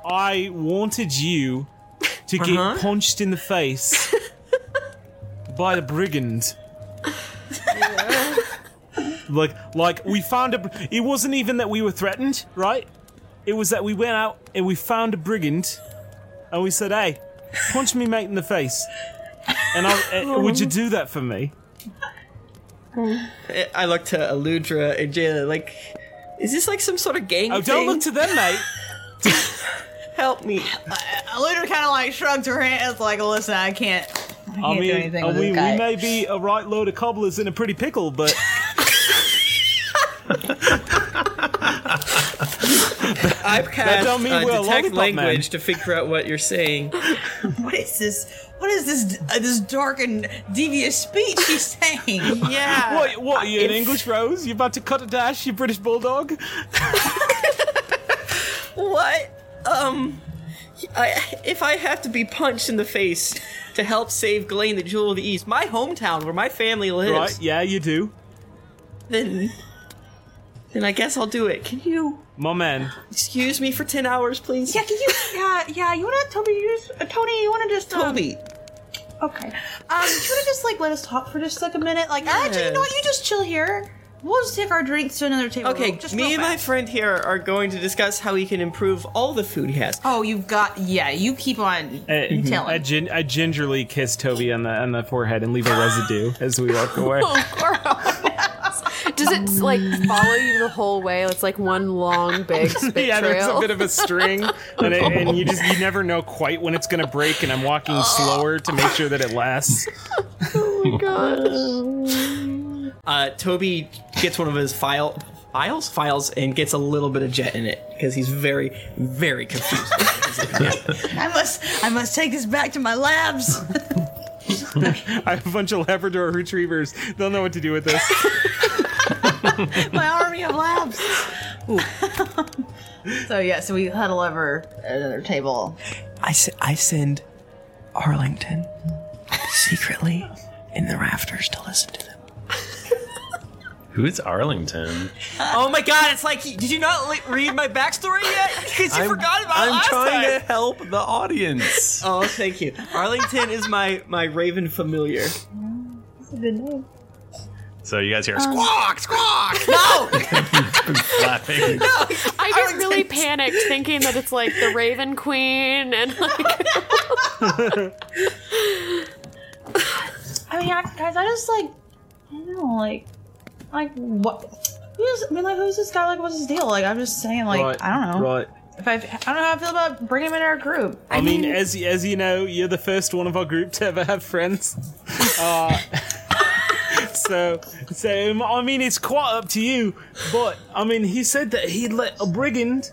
G: I wanted you to get
C: Uh-huh.
G: punched in the face by the brigand? like, like we found a. br- It wasn't even that we were threatened, right? It was that we went out and we found a brigand, and we said, "Hey, punch me, mate, in the face." And I, uh, would you do that for me?
C: I look to Aludra and Jayla like, is this like some sort of gang?
G: Oh, don't look
C: thing?
G: to them, mate.
C: Help me.
B: Luder kind of like shrugged her hands, like, "Listen, I can't. I can't
G: I
B: do
G: mean,
B: anything
G: I
B: with
G: mean,
B: this guy."
G: we may be a right load of cobblers in a pretty pickle, but
C: [laughs] I've
G: That
C: cast
G: don't mean
C: uh,
G: we're a
C: detect
G: lollipop
C: language
G: man.
C: to figure out what you're saying.
B: [laughs] what is this? What is this? Uh, this dark and devious speech he's [laughs] saying?
C: Yeah.
G: what? What are you, an
C: If-
G: English rose? You're about to cut a dash, you British bulldog? [laughs]
C: What? Um, I, if I have to be punched in the face to help save Glane, the Jewel of the East, my hometown where my family lives,
G: Right? Yeah, you do,
C: then, then I guess I'll do it. Can you
G: my man.
C: excuse me for ten hours, please?
B: yeah, can you? Yeah, yeah. You wanna, Toby? You just, uh, Tony, you wanna just, um,
C: Toby.
B: Okay. Um, you wanna just like let us talk for just like a minute? Like, actually, you know what? You just chill here. We'll just take our drinks to another table.
C: Okay,
B: real- just
C: me
B: real
C: and my
B: fast.
C: friend here are going to discuss how he can improve all the food he has.
B: Oh, you've got. Yeah, you keep on
E: Uh,
B: telling.
E: I, Mm-hmm. gin- I gingerly kiss Toby on the on the forehead and leave a residue as we
B: [laughs]
E: walk away.
D: [laughs]
B: Oh,
D: Does it like follow you the whole way? It's like one long
B: [laughs]
D: big spit
E: [laughs] yeah, there's
D: trail.
E: a
D: [laughs]
E: bit of a string, and, it, and you just
B: [laughs]
E: you never know quite when it's gonna break. And I'm walking slower to make sure that it lasts. [laughs]
D: Oh
C: Uh, Toby gets one of his file files files and gets a little bit of jet in it because he's very very confused.
B: I must. I must take this back to my labs. [laughs]
E: I have a bunch of Labrador retrievers. They'll know what to do with this.
B: [laughs] my army of labs. So yeah, so we huddle over at another table.
C: [laughs] I, s- I send Arlington secretly in the rafters to listen to
A: [laughs]
C: them.
A: Who's Arlington?
C: oh my god, it's like, did you not li- read my backstory yet? Because you
A: I'm-
C: forgot about it
A: I'm
C: last
A: trying
C: time.
A: to help the audience.
C: [laughs] oh, thank you. Arlington is my, my raven familiar.
B: That's a good name.
A: So you guys hear
C: [laughs]
B: Um,
A: squawk,
B: [laughs]
A: squawk,
G: [laughs]
C: no,
A: flapping.
D: I get
B: [laughs]
D: really panicked thinking that it's like the Raven Queen and like
B: I mean, I, guys, I just like, I don't know, like, like what? Who's, I mean, like, who's this guy? Like, what's his deal? Like, I'm just saying, like,
E: Right,
B: I don't know.
E: Right.
B: If I, I don't know how I feel about bringing him in our group.
E: I, mean, as as you know, you're the first one of our group to ever have [laughs] friends. uh, [laughs] so, so um, I mean, it's quite up to you. But I mean, he said that he'd let a brigand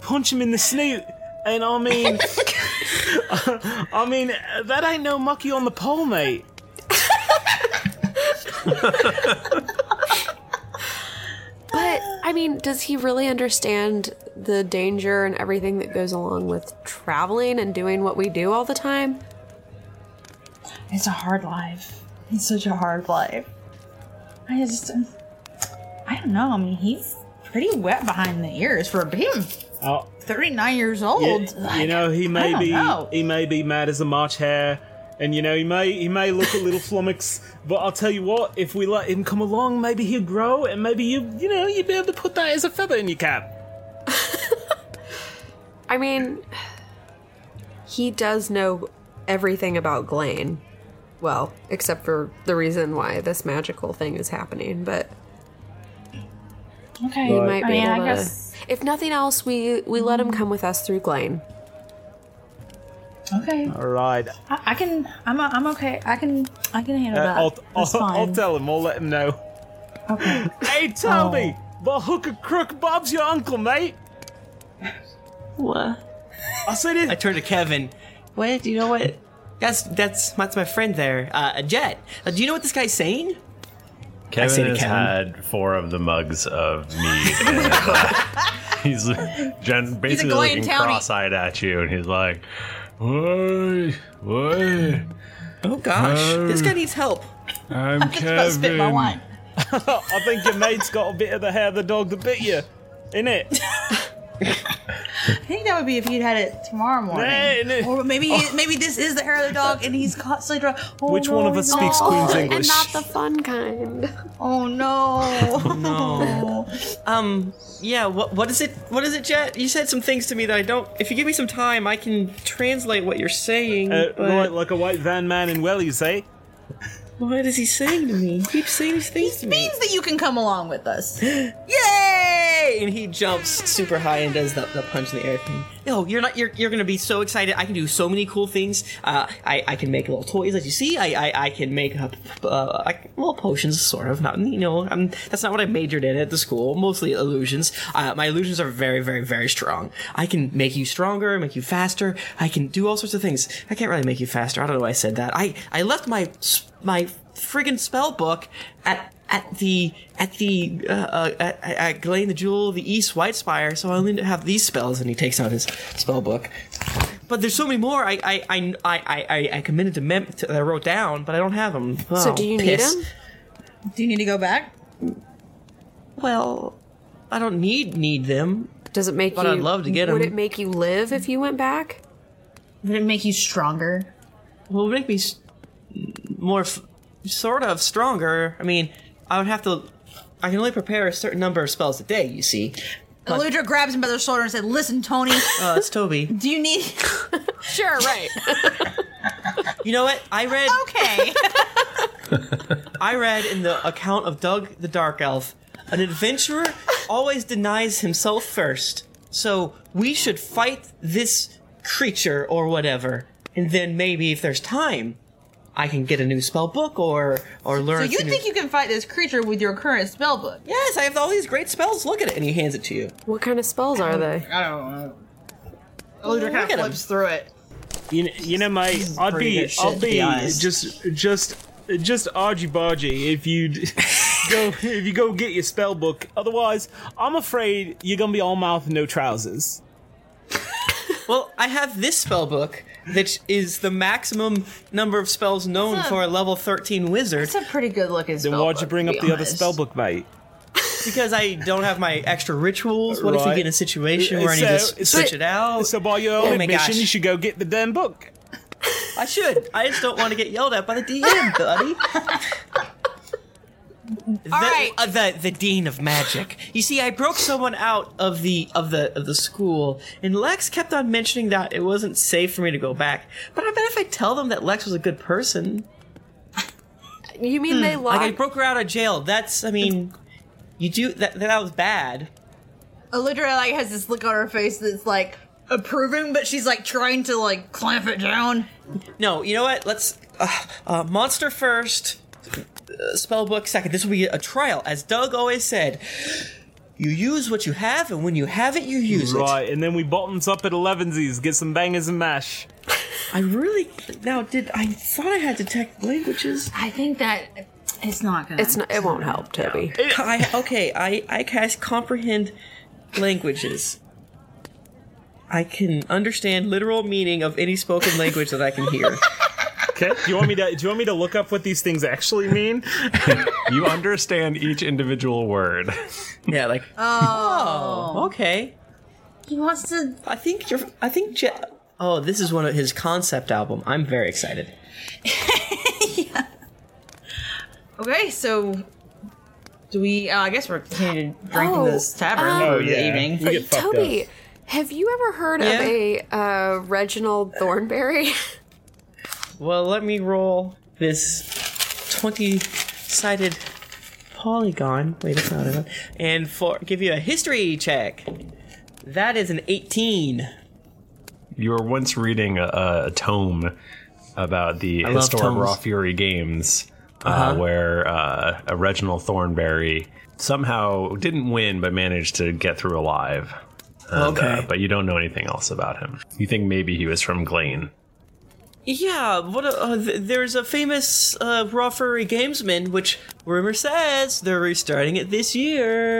E: punch him in the snoot, and I [laughs] mean, I mean that ain't no mucky on the pole, mate.
D: [laughs] But I mean, does he really understand the danger and everything that goes along with traveling and doing what we do all the time?
B: It's a hard life. It's such a hard life. I just, I don't know. I mean, he's pretty wet behind the ears for being
E: Oh,
B: 39 years old.
E: you, you know, he
B: I
E: may
B: don't
E: be
B: know.
E: he may be mad as a March hare, and you know he may he may look a little flummox. But I'll tell you what, if we let him come along, maybe he'll grow, and maybe you you know you'd be able to put that as a feather in your cap.
D: I mean, he does know everything about Glane. Well, except for the reason why this magical thing is happening, but
B: Okay,
D: he might
B: I
D: be
B: mean,
D: able
B: I
D: to.
B: guess.
D: If nothing else, we we let him come with us through Glane.
B: Okay.
E: All right,
B: I, I can. I'm. A, I'm okay. I can. I can handle that.
E: Uh, I'll,
B: That's
E: I'll, I'll
B: fine.
E: tell him. I'll let him know. [laughs] hey, Toby,
B: Oh.
E: by hook or crook, Bob's your uncle, mate.
C: What?
E: I said it.
C: I turned to Kevin. What? You know what? That's that's that's my friend there, uh, Jet. Uh, do you know what this guy's saying? I say
A: Kevin
C: to
A: has
C: Kevin.
A: had four of the mugs of
C: [laughs]
A: mead. and, uh, he's Jen basically
B: going
A: looking
B: townie.
A: cross-eyed at you, and he's like, "Why, why?
C: Oh gosh, this
A: Um,
C: guy [laughs] needs help. [laughs]
A: I'm Kevin."
E: [laughs] I think your mate's got a bit of the hair of the dog that bit you, in it.
B: I think that would be if he'd had it tomorrow morning.
E: Nah, nah.
B: Or maybe he, maybe this is the hair of the dog, and he's constantly drunk. Oh,
E: Which
B: no,
E: one of us
B: no.
E: speaks Queen's
D: Oh, And
E: English?
D: not the fun kind.
C: [laughs]
B: Oh no!
C: Oh,
B: [laughs]
C: No. um. Yeah. What? What is it? What is it, Jet? You said some things to me that I don't. If you give me some time, I can translate what you're saying.
E: Uh,
C: but
E: Right, like a white van man in wellies, eh?
C: what is he saying to me? He keeps saying these things to me.
B: Means that you can come along with [gasps] us.
C: Yay! And he jumps super high and does the, the punch in the air thing. No, you're not. You're, you're gonna be so excited. I can do so many cool things. Uh, I I can make little toys, as you see. I I, I can make up uh, I, well potions, sort of. Not you know. i that's not what I majored in at the school. Mostly illusions. Uh, my illusions are very very very strong. I can make you stronger, make you faster. I can do all sorts of things. I can't really make you faster. I don't know why I said that. I I left my s- my friggin' spell book at at the at the uh, uh, at, at- at Glane the Jewel of the East White Spire, so I only have these spells, and he takes out his spell book. But there's so many more I I I I I, I, I committed to, mem- to that I wrote down, but I don't have Oh, them.
D: So do you need him?
B: Do you need to go back?
C: Well, I don't need need them.
D: Does it make
C: But
D: you?
C: I'd love to get
D: Would
C: him.
D: it make you live if you went back?
B: Would it make you stronger?
C: Well, it would make me s- more f- sort of stronger. I mean, I would have to. I can only prepare a certain number of spells a day. You see,
B: Eludra grabs him by the shoulder and said, "Listen, Tony,
C: uh, it's Toby.
B: [laughs] do you need?
D: Sure, right.
C: You know what? I read.
B: Okay,
C: [laughs] I read in the account of Doug the Dark Elf, an adventurer always denies himself first. So we should fight this creature or whatever, and then maybe if there's time, I can get a new spell book or or
B: [laughs] so
C: learn.
B: you
C: some
B: think
C: new-
B: you can fight this creature with your current spell book?
C: Yes, I have all these great spells. Look at it, and he hands it to you.
D: what kind of spells are they?
B: I don't know. Eludra
C: Look
B: Oh,
C: at
B: kind of
C: him.
B: flips through it.
E: You, kn- you know, mate, I'd
C: pretty
E: be,
C: good shit,
E: I'd
C: to
E: be,
C: be honest.
E: just, just, just argy bargy if you'd,
G: go if you go get your spell book. Otherwise, I'm afraid you're gonna be all mouth, no trousers.
C: well, I have this spell book that is the maximum number of spells known
B: It's a-
C: for a level 13 wizard.
B: It's a pretty good looking
C: Then
B: spell.
C: why'd you bring
B: to
C: up
B: be
C: the other
B: honest.
G: Spell book, mate.
C: because I don't have my extra rituals. What if we
G: Right.
C: get in a situation where I need
G: So-
C: to s- switch
G: so-
C: it out?
G: So by your own
C: Oh my
G: admission,
C: gosh.
G: you should go get the damn book.
C: I should. I just don't want to get yelled at by the
G: [laughs]
C: DM, buddy. the, uh, the the dean of magic. You see, I broke someone out of the of the of the school, and Lex kept on mentioning that it wasn't safe for me to go back. But I bet if I tell them that Lex was a good person,
D: You mean
B: Hmm.
D: they
C: like I
D: locked?
C: broke her out of jail. That's I mean, you do that. That was bad.
B: Eludra like has this look on her face that's like approving, but she's like trying to like clamp it down.
C: No, you know what? Let's uh, uh, monster first, uh, spell book second. This will be a trial, as Doug always said. You use what you have, and when you have it, you use it.
G: right, and then we bottoms up at elevensies, get some bangers and mash.
C: I really now did. I thought I had detect languages.
B: I think that it's not gonna.
D: It's not, it won't help, Toby.
C: I, okay, I I cast comprehend languages. I can understand literal meaning of any spoken language that I can
B: [laughs]
C: hear.
G: Okay. Do you want me to? Do you want me to look up what these things actually mean?
A: [laughs] you understand each individual word.
C: [laughs] Yeah, like
B: Oh.
C: Oh, okay.
B: He wants to.
C: I think you're. I think. Je- oh, this is one of his concept album. I'm very excited.
B: Okay, so do we? Uh, I guess we're continuing to drink in this tavern
D: um,
C: Oh,
B: for the evening.
D: But Toby, have you ever heard
B: Yeah.
D: of a uh, Reginald Thornberry? [laughs]
C: Well, let me roll this twenty-sided polygon. Wait, that's not it. And for give you a history check. That is an eighteen.
A: You were once reading a, a tome about the
C: I love
A: historic
C: tomes.
A: Raw Fury games, uh,
C: Uh-huh.
A: where uh, a Reginald Thornberry somehow didn't win but managed to get through alive. uh,
C: Okay.
A: but you don't know anything else about him. You think maybe he was from Glane.
C: Yeah, what a, uh, th- there's a famous uh, Raw Fury Gamesman, which rumor says they're restarting it this [laughs] year.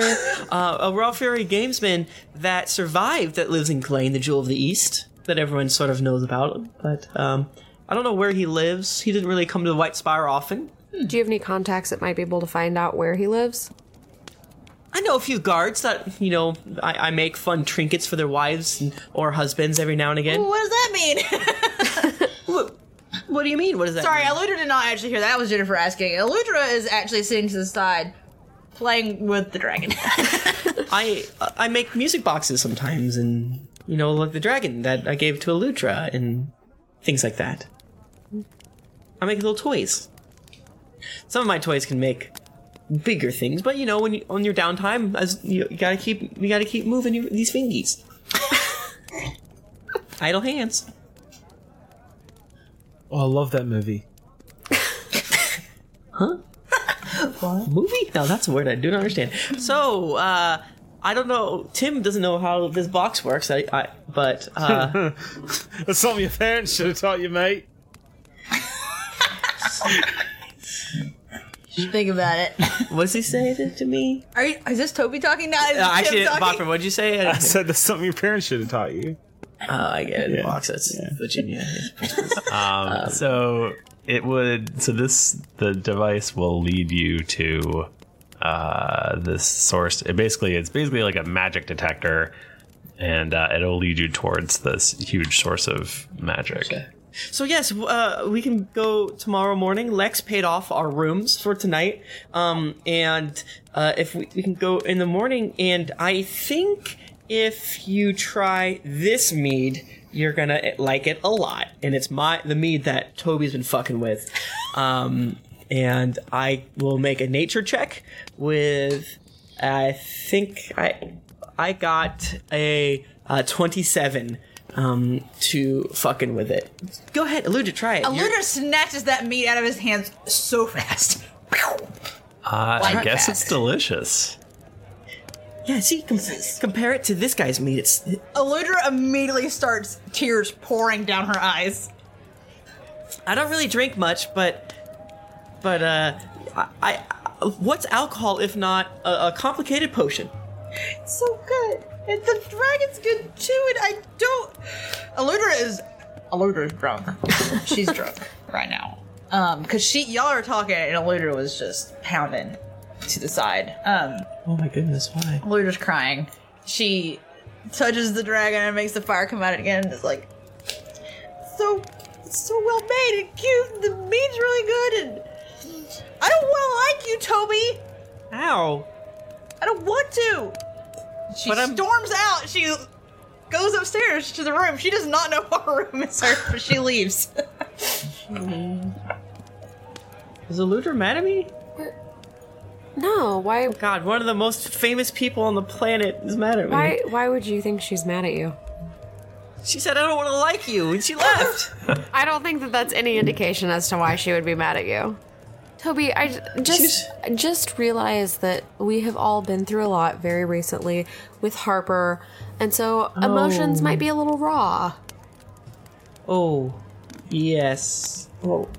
C: uh, a Raw Fury Gamesman that survived, that lives in Glane, the Jewel of the East, that everyone sort of knows about. But um, I don't know where he lives. He didn't really come to the White Spire often.
D: Do you have any contacts that might be able to find out where he lives?
C: I know a few guards that, you know, I, I make fun trinkets for their wives and, or husbands every now and again.
B: What does that mean? [laughs]
C: What do you mean? What does that
B: Sorry, Eludra did not actually hear that. That was Jennifer asking. Eludra is actually sitting to the side, playing with the dragon. [laughs]
C: I I make music boxes sometimes, and you know, like the dragon that I gave to Elutra and things like that. I make little toys. Some of my toys can make bigger things, but you know, when you, on your downtime, as you, you gotta keep you gotta keep moving your, these fingies. Idle hands.
G: Oh, I love that movie.
C: [laughs] Huh? what? Movie? No, that's a word I do not understand. So, uh, I don't know. Tim doesn't know how this box works, I, I, but uh,
G: [laughs] That's something your parents should have taught you, mate.
B: Think about it.
C: what does he say to, to me?
B: Are you, is this Toby talking now? Is
C: Uh, [laughs]
B: this Tim
C: actually,
B: talking?
C: Bachman, what'd you say?
G: I said that's something your parents should have taught you.
C: Oh, I get it. Box. That's Virginia.
A: Um, so it would. So this the device will lead you to uh, this source. It basically it's basically like a magic detector, and uh, it'll lead you towards this huge source of magic.
C: So yes, uh, we can go tomorrow morning. Lex paid off our rooms for tonight, um, and uh, if we, we can go in the morning, and I think if you try this mead, you're gonna eh, like it a lot. And it's my the mead that Toby's been fucking with, um, and I will make a nature check with. I think I I got a uh, twenty-seven um, to fucking with it. Go ahead, Eluda, try it. You're-
B: Eludra snatches that meat out of his hands so fast.
A: Uh, I
C: Like
A: guess
C: that.
A: it's delicious.
C: Yeah, see, com- compare it to this guy's meat. It's
B: Eludra immediately starts tears pouring down her eyes.
C: I don't really drink much, but but uh, I, I uh, what's alcohol if not a, a complicated potion?
G: It's so good. And the dragon's good too, and I don't. Aludra is. Aludra is drunk. She's drunk right now. Um, cause she, y'all are talking, and Aludra was just pounding to the side. Um,
C: Oh my goodness, why?
G: Luda's crying. She touches the dragon and makes the fire come out again. And it's like so so well made and cute. The meat's really good, and I don't want to like you, Toby.
C: Ow!
G: I don't want to. She storms out. She goes upstairs to the room. She does not know what room is hers, but she leaves.
C: Is Eludra mad at me?
D: No, why?
C: God, one of the most famous people on the planet is mad at me.
D: Why? Why would you think she's mad at you?
C: She said, "I don't want to like you," and she left.
D: I don't think that that's any indication as to why she would be mad at you. Toby, I j- just just realized that we have all been through a lot very recently with Harper, and so emotions
C: Oh.
D: might be a little raw.
C: [laughs] Oh, yes. Well, Oh,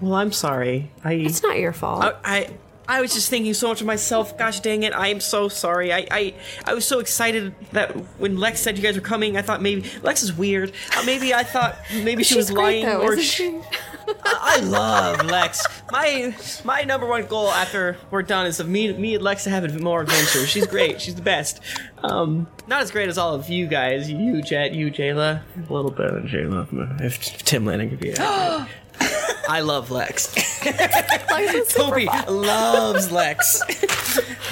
C: well, I'm sorry. I. It's
D: not your fault.
C: I, I, I was just thinking so much of myself. Gosh dang it! I am so sorry. I, I, I was so excited that when Lex said you guys were coming, I thought maybe Lex is weird. Uh, maybe I thought maybe she
D: She's
C: was
D: great,
C: lying
D: though,
C: or
D: isn't
C: sh- [laughs] I, I love Lex. My my number one goal after we're done is of me me and Lex to have more adventures. She's great. She's the best. Um, not as great as all of you guys. You Jet, you Jayla, a little better than Jayla. If Tim Lanning
D: [gasps]
C: could be. accurate. I love Lex. Toby loves Lex.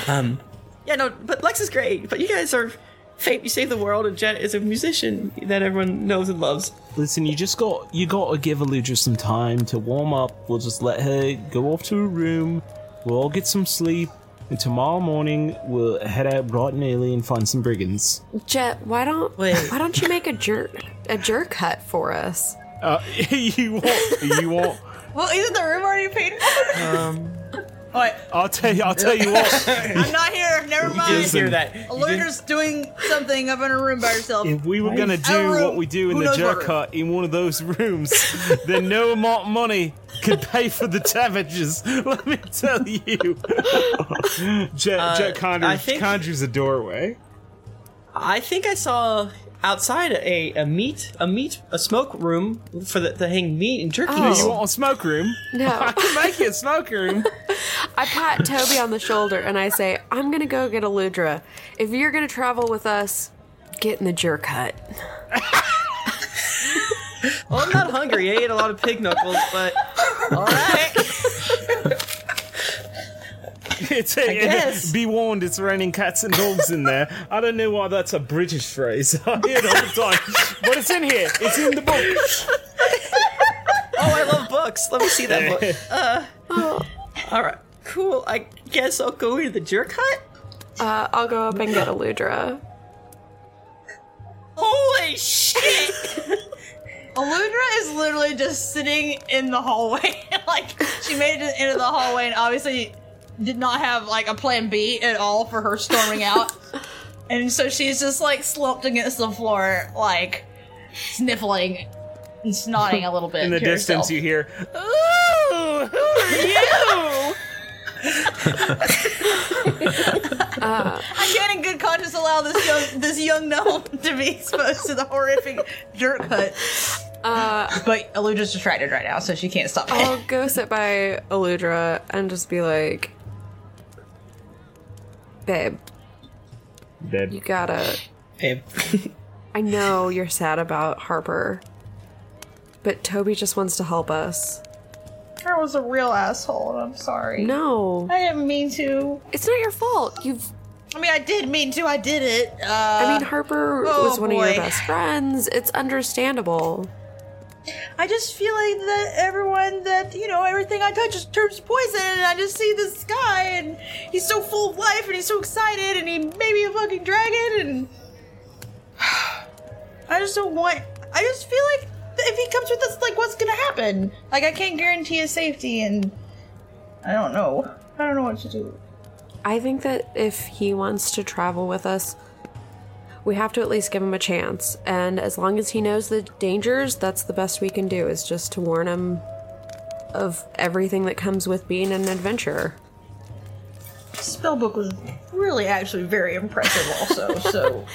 C: Um, yeah, no, but Lex is great. But you guys are fame. You save the world, and Jet is a musician that everyone knows and loves.
E: Listen, you just got you got to give Aludra some time to warm up. We'll just let her go off to her room. We'll all get some sleep, and tomorrow morning we'll head out bright and early and find some brigands.
D: Jet, why don't why don't you make a jerk a jerk hut for us?
E: Uh, [laughs] you won't. You won't.
G: well, isn't the room already paid for?
E: Um,
G: Wait.
E: I'll tell you. [laughs] I'll tell you what. [laughs]
G: [laughs] I'm not here. Never
E: You
G: mind.
E: didn't hear that. You
G: Aludra's doing something up in her room by herself.
E: If we were going to
G: Out
E: do
G: of room.
E: what we do in
G: Who
E: the
G: knows what
E: jerk
G: room?
E: hut in one of those [laughs] rooms, then no amount of money could pay for the damages. [laughs] Let me tell you. [laughs] Jet,
C: Uh,
E: Jet
C: I
E: conjures,
C: think-
E: conjures a doorway.
C: I think I saw outside a, a meat a meat a smoke room for the, the hang meat and jerky.
E: No, you want a smoke room?
D: No.
E: [laughs] I can make it a smoke room.
D: I pat Toby on the shoulder and I say, I'm gonna go get a Ludra. If you're gonna travel with us, get in the jerk hut.
C: [laughs] Well, I'm not hungry. I ate a lot of pig knuckles, but all right.
E: It's
C: I guess.
E: Be warned, it's raining cats and dogs in there. I don't know why that's a British phrase. [laughs] I hear it all the time. But it's in here. It's in the book.
C: Oh, I love books. Let me see that
E: [laughs]
C: book. Uh, all right, cool. I guess I'll go into the jerk hut.
D: Uh, I'll go up and get a Ludra.
C: Holy
G: [laughs]
C: shit!
G: Aludra is literally just sitting in the hallway. [laughs] like she made it to the end of the hallway and obviously did not have like a plan B at all for her storming [laughs] out. and so she's just like slumped against the floor, like sniffling and snorting a little
E: [laughs]
G: bit.
E: In the
G: to
E: distance,
G: herself.
E: you hear.
G: Ooh, who are you? [laughs] I can't, in good conscience, allow this young this young gnome to be exposed to the horrific jerk hut.
D: Uh,
G: but Eludra's distracted right now, so she can't stop. it.
D: I'll go sit by Aludra and just be like, Babe, you gotta.
C: Babe.
D: I know you're sad about Harper, but Toby just wants to help us.
G: I was a real asshole, and I'm sorry.
D: No.
G: I didn't mean to.
D: It's not your fault. You've.
G: I mean, I did mean to. I did it. Uh,
D: I mean, Harper
G: oh,
D: was one of
G: boy.
D: your best friends. It's understandable.
G: I just feel like that everyone that you know everything I touch just turns to poison, and I just see this guy, and he's so full of life, and he's so excited, and he may be a fucking dragon, and [sighs] I just don't want. I just feel like that if he comes with us, like what's gonna happen? Like I can't guarantee his safety, and I don't know. I don't know what to do.
D: I think that if he wants to travel with us, we have to at least give him a chance. And as long as he knows the dangers, that's the best we can do is just to warn him of everything that comes with being an adventurer.
B: spell book was really actually very impressive [laughs] also, so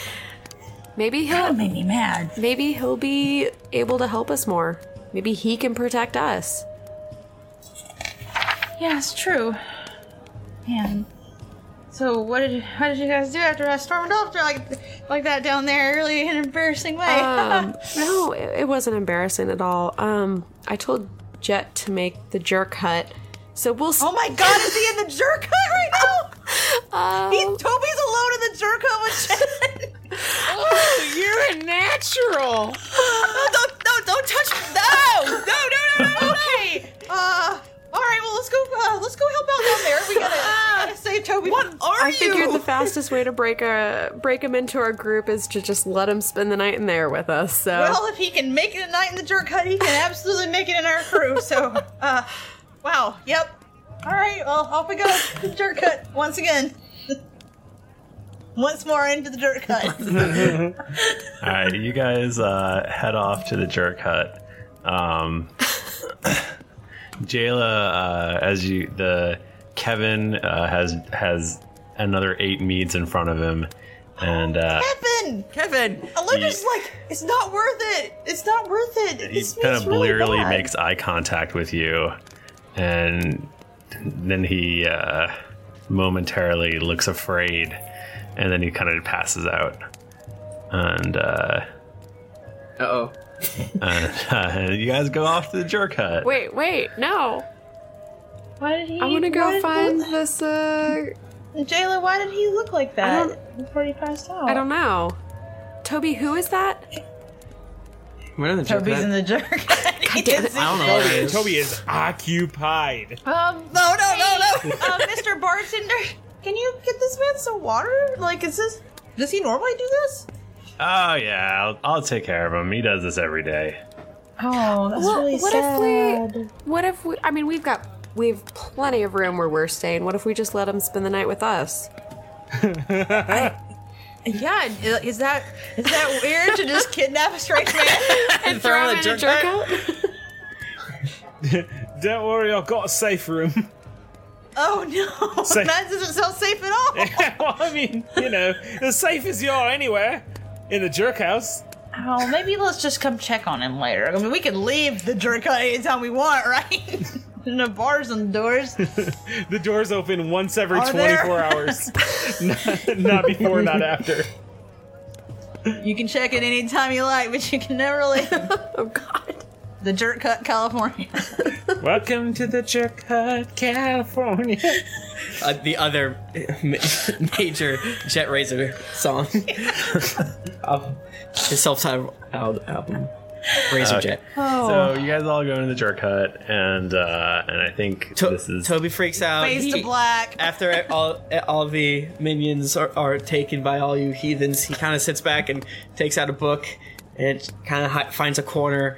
D: Maybe he'll
B: made me mad.
D: Maybe he'll be able to help us more. Maybe he can protect us.
B: Yeah, it's true. Man. So what did how did you guys do after I stormed off there like like that down there really in an embarrassing way? [laughs]
D: Um, no, it, it wasn't embarrassing at all. Um, I told Jet to make the jerk hut, so we'll.
B: Oh my God! Is he in the jerk hut right now?
D: Um,
B: He's Toby's alone in the jerk hut with
C: Oh, you're a natural.
B: no, don't, no, don't touch No, no, no, no, no, no. Okay. Uh, all right. Well, let's go. Uh, let's go help out down there. We gotta, we gotta save Toby. What are
D: I figured the fastest way to break a break him into our group is to just let him spend the night in there with us. So
B: Well, if he can make it a night in the jerk hut, he can absolutely make it in our crew. So, uh, wow. Yep. All right. Well, off we go. The jerk hut once again. once more into the jerk
A: [laughs]
B: hut.
A: All right, you guys uh, head off to the jerk hut. Um, Jayla, uh, as you the Kevin uh, has has another eight meads in front of him, and uh,
B: Kevin.
C: Kevin.
B: Alunder's like, it's not worth it. It's not worth it.
A: he
B: This
A: kind
B: meat's
A: of
B: really
A: blearily
B: bad."
A: makes eye contact with you, and then he uh, momentarily looks afraid, and then he kind of passes out, and. Uh,
C: Uh-oh.
A: [laughs] uh, you guys go off to the jerk hut.
D: wait, wait, no.
B: Why did he?
D: I want to
B: why
D: go
B: did-
D: find this. Uh,
B: Jayla, why did he look
D: I
B: like that before he passed out?
D: I don't know. Toby, who is that?
C: We're in the jerk
B: Toby's
C: hut.
B: in the jerk. God damn it.
C: I don't know. what it is.
G: Toby is occupied.
B: Um, no, no, [laughs] no, no. uh, Mr. Bartender, can you get this man some water? Like, is this? Does he normally do this?
A: Oh yeah, I'll, I'll take care of him. He does this every day.
B: Oh, that's
D: Well,
B: really
D: what
B: sad.
D: if we? What if we? I mean, we've got we've plenty of room where we're staying. What if we just let him spend the night with us?
B: Yeah, is that is that weird to [laughs] just kidnap a straight man?
D: And
C: throw him in a jerk
G: [laughs] Don't worry, I've got a
C: [laughs]
G: safe room.
B: Oh no, [laughs]
G: Say-
B: that doesn't sound safe at
A: [laughs]
B: all.
G: [laughs] well, I mean, you know, as safe as you are anywhere in the jerk house.
B: Oh, maybe let's just come check on him later. I mean, we can leave the jerk hut anytime we want, [laughs] right? no bars on the doors.
G: The doors open once every
B: Are
G: 24
B: there?
G: hours. [laughs] not, not before, not after.
C: [laughs]
B: You can check it anytime you like, but you can never leave.
D: [laughs] Oh God.
B: the jerk hut, California.
G: Welcome to the jerk
C: [laughs]
G: hut, [laughs] California.
C: Uh, the other ma- [laughs] major Jet Razor [laughs] song of Um, his self-titled al- album, Razor Jet.
B: Oh.
A: So you guys all go into the jerk hut, and uh, and I think
C: To-
A: this is
C: Toby freaks out.
B: Face
C: He-
B: to black.
C: After all, all the minions are, are taken by all you heathens, he kind of sits back and takes out a book and kind of hi- finds a corner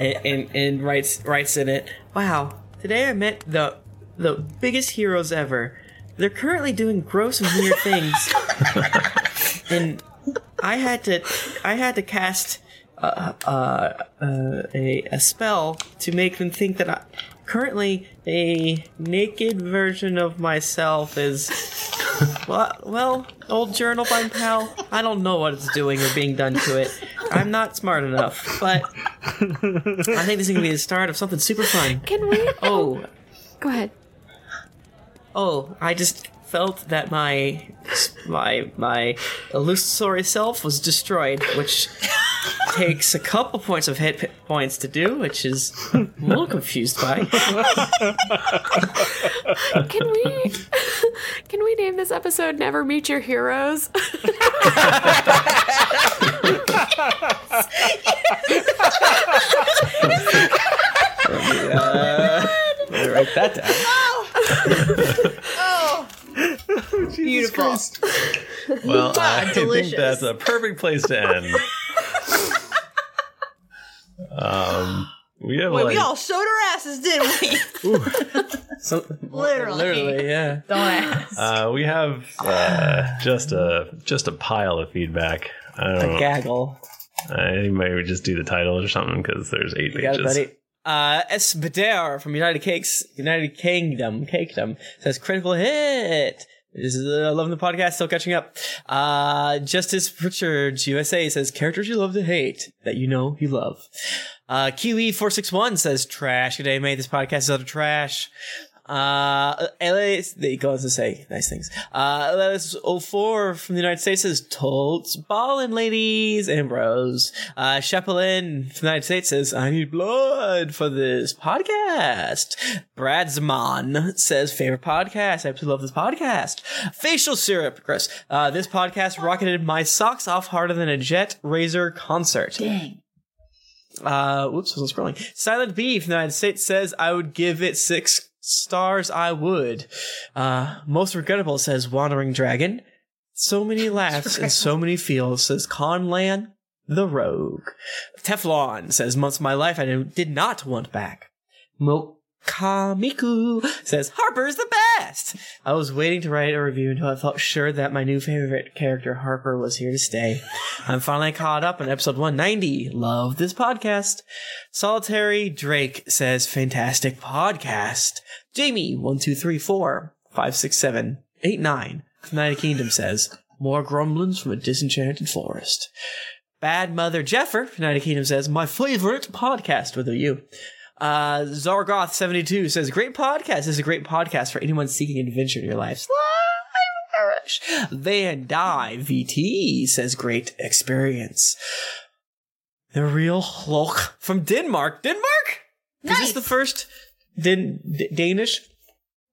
C: and, and, and writes writes in it. Wow, today I met the the biggest heroes ever. They're currently doing gross and weird things,
B: [laughs]
C: and I had to I had to cast uh, a, a spell to make them think that I, currently a naked version of myself is [laughs] well, well old journal fine pal i don't know what it's doing or being done to it i'm not smart enough but i think this is going to be the start of something super fun
D: [laughs] Can we?
C: oh
D: Go ahead.
C: oh i just felt that my my my illusory self was destroyed which takes a couple points of hit p- points to do which is I'm a little confused [laughs] by
D: Can we? [laughs] Can we name this episode "Never Meet Your Heroes"?
C: uh, write that down
E: [laughs]
B: Oh, beautiful. Ah,
A: well,
B: [laughs]
A: I
B: delicious.
A: think that's a perfect place to end. um, we have
B: Wait,
A: like
B: we all showed our asses, didn't
C: [laughs]
B: we? Literally.
C: literally yeah
B: Don't ask.
A: uh, we have uh, just a just a pile of feedback. I don't know.
C: gaggle
A: I might just do the titles or something because there's eight
C: you got
A: pages.
C: it buddy uh, Espadar from United Cakes, United Kingdom, Kingdom says critical hit. This is uh, loving the podcast, still catching up. Uh, Justice Richards USA says characters you love to hate that you know you love. Uh, Kiwi four six one says trash. Good day, mate. This podcast is out of trash. Uh, LA, they go on to say nice things. Uh, LS04 from the United States says, Totes ballin', ladies and bros. Uh, Chaplin from the United States says, I need blood for this podcast. Bradsman says, favorite podcast. I absolutely love this podcast. Facial syrup, Chris. Uh, this podcast rocketed my socks off harder than a Jet Razor concert.
B: Dang.
C: Uh, whoops, I was scrolling. Silent B from the United States says, I would give it six stars, I would. Uh, most regrettable says, Wandering Dragon. So many laughs and so many feels says, Conlan the Rogue. Teflon says, Months of my life I did not want back. Mokamiku says, Harper's the
G: [laughs]
C: best! I was waiting to write a review until I felt sure that my new favorite character, Harper, was here to stay. I'm finally caught up on episode 190. Love this podcast. Solitary Drake says, fantastic podcast. Jamie, 1234, 567, 89, United Kingdom says, more grumblings from a disenchanted forest. Bad Mother Jeffer, United Kingdom says, my favorite podcast with a you. Uh, Zargoth72 says, great podcast. This is a great podcast for anyone seeking adventure in your life. Irish. Van Die VT says great experience. The real Hulk from Denmark. Denmark? Is this the first Din- D- Danish?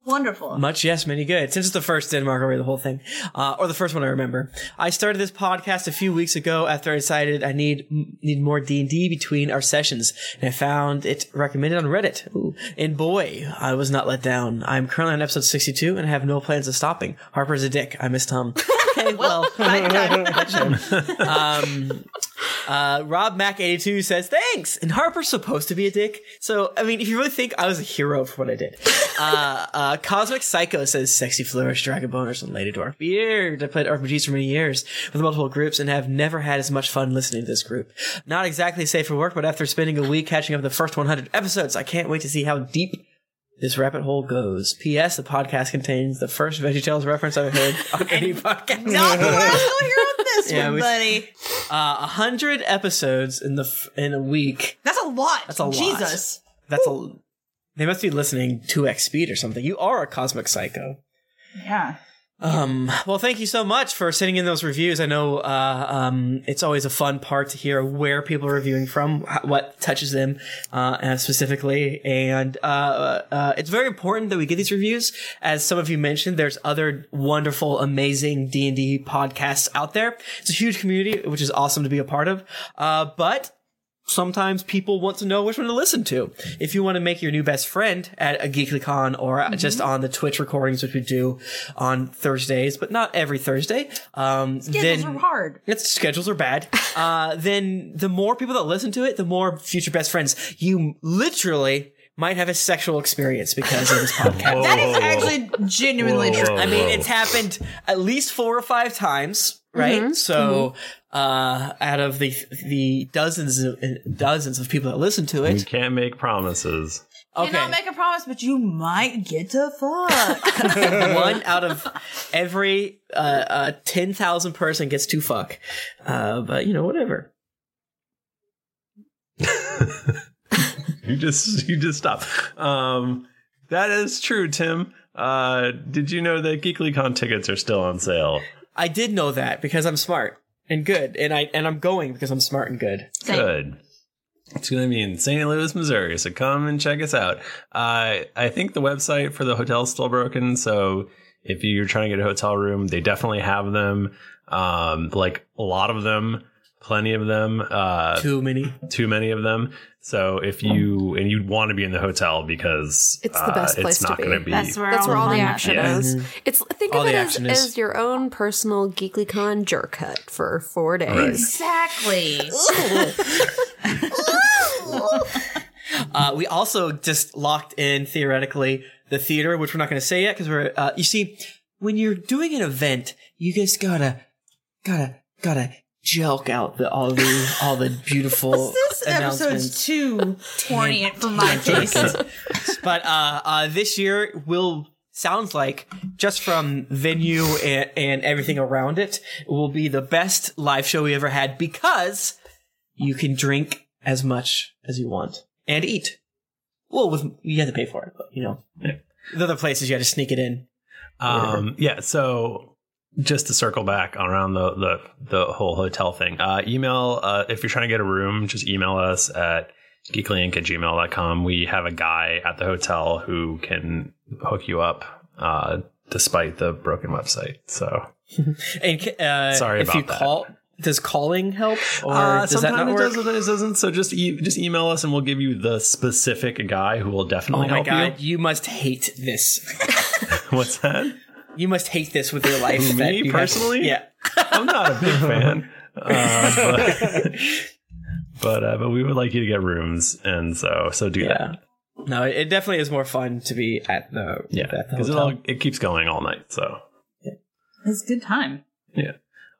B: Wonderful.
C: Much yes, many good. Since it's the first Denmark, I'll read the whole thing. Uh, or the first one I remember. I started this podcast a few weeks ago after I decided I need m- need more D&D between our sessions. And I found it recommended on Reddit. Ooh. And boy, I was not let down. I'm currently on episode 62 and I have no plans of stopping. Harper's a dick. I miss Tom. okay, well.
G: [laughs]
B: [laughs]
C: um, uh, Rob Mac eighty two says thanks, and Harper's supposed to be a dick. So I mean, if you really think I was a hero for what I did, uh, uh, Cosmic Psycho says sexy flourish, dragon boners, and lady dwarf beard. I played RPGs for many years with multiple groups and have never had as much fun listening to this group. Not exactly safe for work, but after spending a week catching up with the first one hundred episodes, I can't wait to see how deep. This rabbit hole goes. P.S. The podcast contains the first VeggieTales reference I've heard
B: [laughs]
C: on any podcast.
B: Not the last one here on this
C: Yeah,
B: one,
C: we-
B: buddy.
C: Uh, a hundred episodes in the f- in a week.
B: That's a lot.
C: That's a lot.
B: Jesus.
C: That's a. They must be listening two x speed or something. You are a cosmic psycho.
B: Yeah.
C: Um, well, thank you so much for sending in those reviews. I know uh, um, it's always a fun part to hear where people are reviewing from, wh- what touches them uh, uh, specifically, and uh, uh, it's very important that we get these reviews. As some of you mentioned, there's other wonderful, amazing D and D podcasts out there. It's a huge community, which is awesome to be a part of. Uh, but sometimes people want to know which one to listen to. If you want to make your new best friend at a GeeklyCon or just on the Twitch recordings, which we do on Thursdays, but not every Thursday, um,
B: Schedules
C: then
B: are hard.
C: its schedules are
B: [laughs]
C: bad. Uh, then the more people that listen to it, the more future best friends. You literally might have a sexual experience because of
A: [laughs]
C: this podcast.
B: that is actually genuinely true.
C: I mean, it's happened at least four or five times, right?
B: Mhm,
C: So, uh, out of the the dozens of, dozens of people that listen to it, you
A: can't make promises.
C: Okay,
B: Cannot make a promise, but you might get to
D: [laughs]
B: fuck.
C: [laughs] one out of every uh, uh, ten thousand person gets to fuck, uh, but you know whatever.
A: [laughs] You just you just stop. Um, that is true, Tim. Uh, did you know that GeeklyCon tickets are still on sale?
C: I did know that because I'm smart and good, and I and I'm going because I'm smart and good.
A: Good. It's going to be in St. Louis, Missouri. So come and check us out. Uh, I think the website for the hotel is still broken. So if you're trying to get a hotel room, they definitely have them. Um, like a lot of them, plenty of them. Uh,
C: too many.
A: Too many of them. So if you, and you'd want to be in the hotel because
D: It's the best
A: uh,
D: place
A: it's not
D: to be.
A: going to be.
D: That's where, all the action
A: Yeah.
D: is. It's think
A: All
D: of
A: the
D: it as,
A: action is-
D: as your own personal GeeklyCon jerk hut for four days.
B: Exactly.
C: Uh, we also just locked in theoretically the theater, which we're not going to say yet because we're. Uh, you see, when you're doing an event, you just gotta, gotta, gotta joke out the all the all the beautiful
B: this
C: announcements.
B: episode's too torrent for my taste.
C: but uh, uh, this year we'll sounds like, just from venue and, and everything around it, will be the best live show we ever had because you can drink as much as you want and eat. Well, with you have to pay for it, but you know, the other places you had to sneak it in.
A: Um, yeah. So just to circle back around the the, the whole hotel thing, uh, email uh, if you're trying to get a room, just email us at geeklink at gmail.com. We have a guy at the hotel who can hook you up uh, despite the broken website. So
C: And uh,
A: Sorry
C: if
A: about
C: you
A: that.
C: call, does calling help, or
A: Uh,
C: does that
A: sometimes
C: not
A: it
C: work?
A: does, sometimes it doesn't. So just e- just email us and we'll give you the specific guy who will
C: Oh
A: definitely
C: my
A: help
C: god, you. must hate this.
A: you. [laughs] What's that?
C: [laughs] You must hate this with your life.
A: Who,
C: that
A: [laughs] me,
C: you have-
A: personally?
C: yeah.
A: I'm not a
C: [laughs]
A: big fan. Uh, but but, uh, but we would like you to get rooms, and so so do that.
C: No, it definitely is more fun to be at the
A: Yeah,
C: at the
A: because it
C: hotel.
A: all it keeps going all night. So
B: It's a good time.
A: yeah.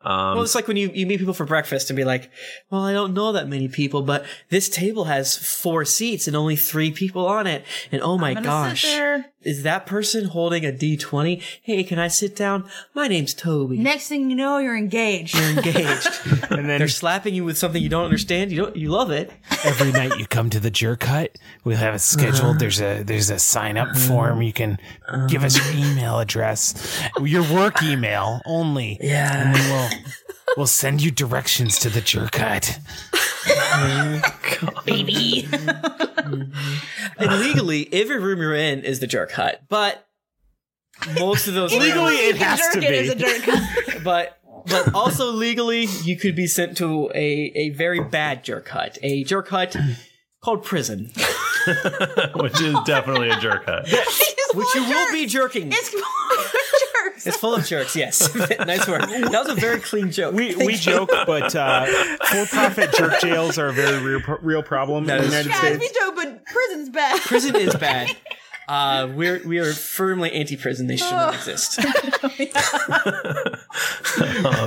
A: Um,
C: well, it's like when you, you meet people for breakfast and be like, well, I don't know that many people, but this table has four seats and only three people on it. And oh my
B: I'm gonna sit
C: gosh,
B: there.
C: is that person holding a D20? Hey, can I sit down? My name's Toby.
B: Next thing you know, you're engaged.
C: You're engaged. and then they're slapping you with something you don't understand. You don't, you love it.
J: Every night you come to the jerk hut. We'll have it scheduled. There's a there's a sign up form. You can give us your email address, your work email only.
C: Yeah.
J: and then we'll we'll send you directions to the jerk
C: [laughs]
J: hut.
C: Oh,
B: baby.
C: And legally, every room you're in is the jerk hut, but most of
E: [laughs]
C: those
B: Legally, it has to be.
C: [laughs] but but also legally, you could be sent to a a very bad jerk hut, a jerk hut called prison,
A: [laughs] which is definitely a jerk hut.
C: which you will be jerking.
B: It's jerks.
C: [laughs] It's full of jerks. Yes, nice work. That was a very clean joke.
E: We, we joke, but
C: [laughs]
E: uh, for-profit jerk jails are a very real, real problem in the United
B: Yeah,
E: States.
B: we do, but prison's bad. [laughs]
C: prison is bad. Uh, we're we are firmly anti-prison. They should not
B: Oh.
C: exist.
A: [laughs] um,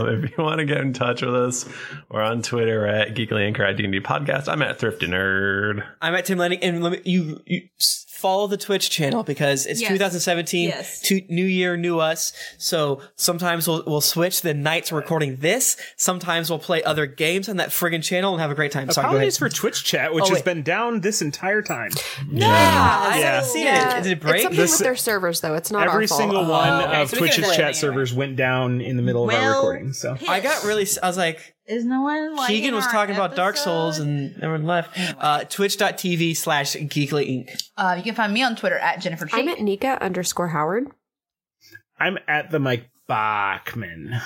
A: if you want to get in touch with us, we're on Twitter at Geekly Anchor at D&D Podcast. I'm at Thrifty Nerd.
C: I'm at Tim Lanning, and let me, you, you s- follow the Twitch channel because it's
B: Yes.
C: 2017,
B: Yes.
C: to, new year, new us. So sometimes we'll we'll switch the nights we're recording this. Sometimes we'll play other games on that friggin' channel and have a great time. Sorry, go ahead.
E: Apologies for Twitch chat, which
C: Oh,
E: has
C: wait.
E: been down this entire time.
D: Yeah,
C: I haven't seen it. Did it break? Oh,
D: It's something
E: This-
D: with their servers though. It's not
E: Every
D: our fault.
E: single one
C: okay,
E: of
C: so we gotta
E: Twitch's
C: do it
E: chat
C: anyway.
E: servers went down in the middle of our
B: Well,
E: recording. So
C: I got really. s- I was like,
B: Is no one like
C: Keegan was talking about Dark Souls, and everyone left. Uh, Twitch.tv slash Geekly Inc.
B: Uh, you can find me on Twitter at Jennifer
D: I'm
B: Cheek.
D: at Nika underscore Howard.
E: I'm at the Mike Bachman.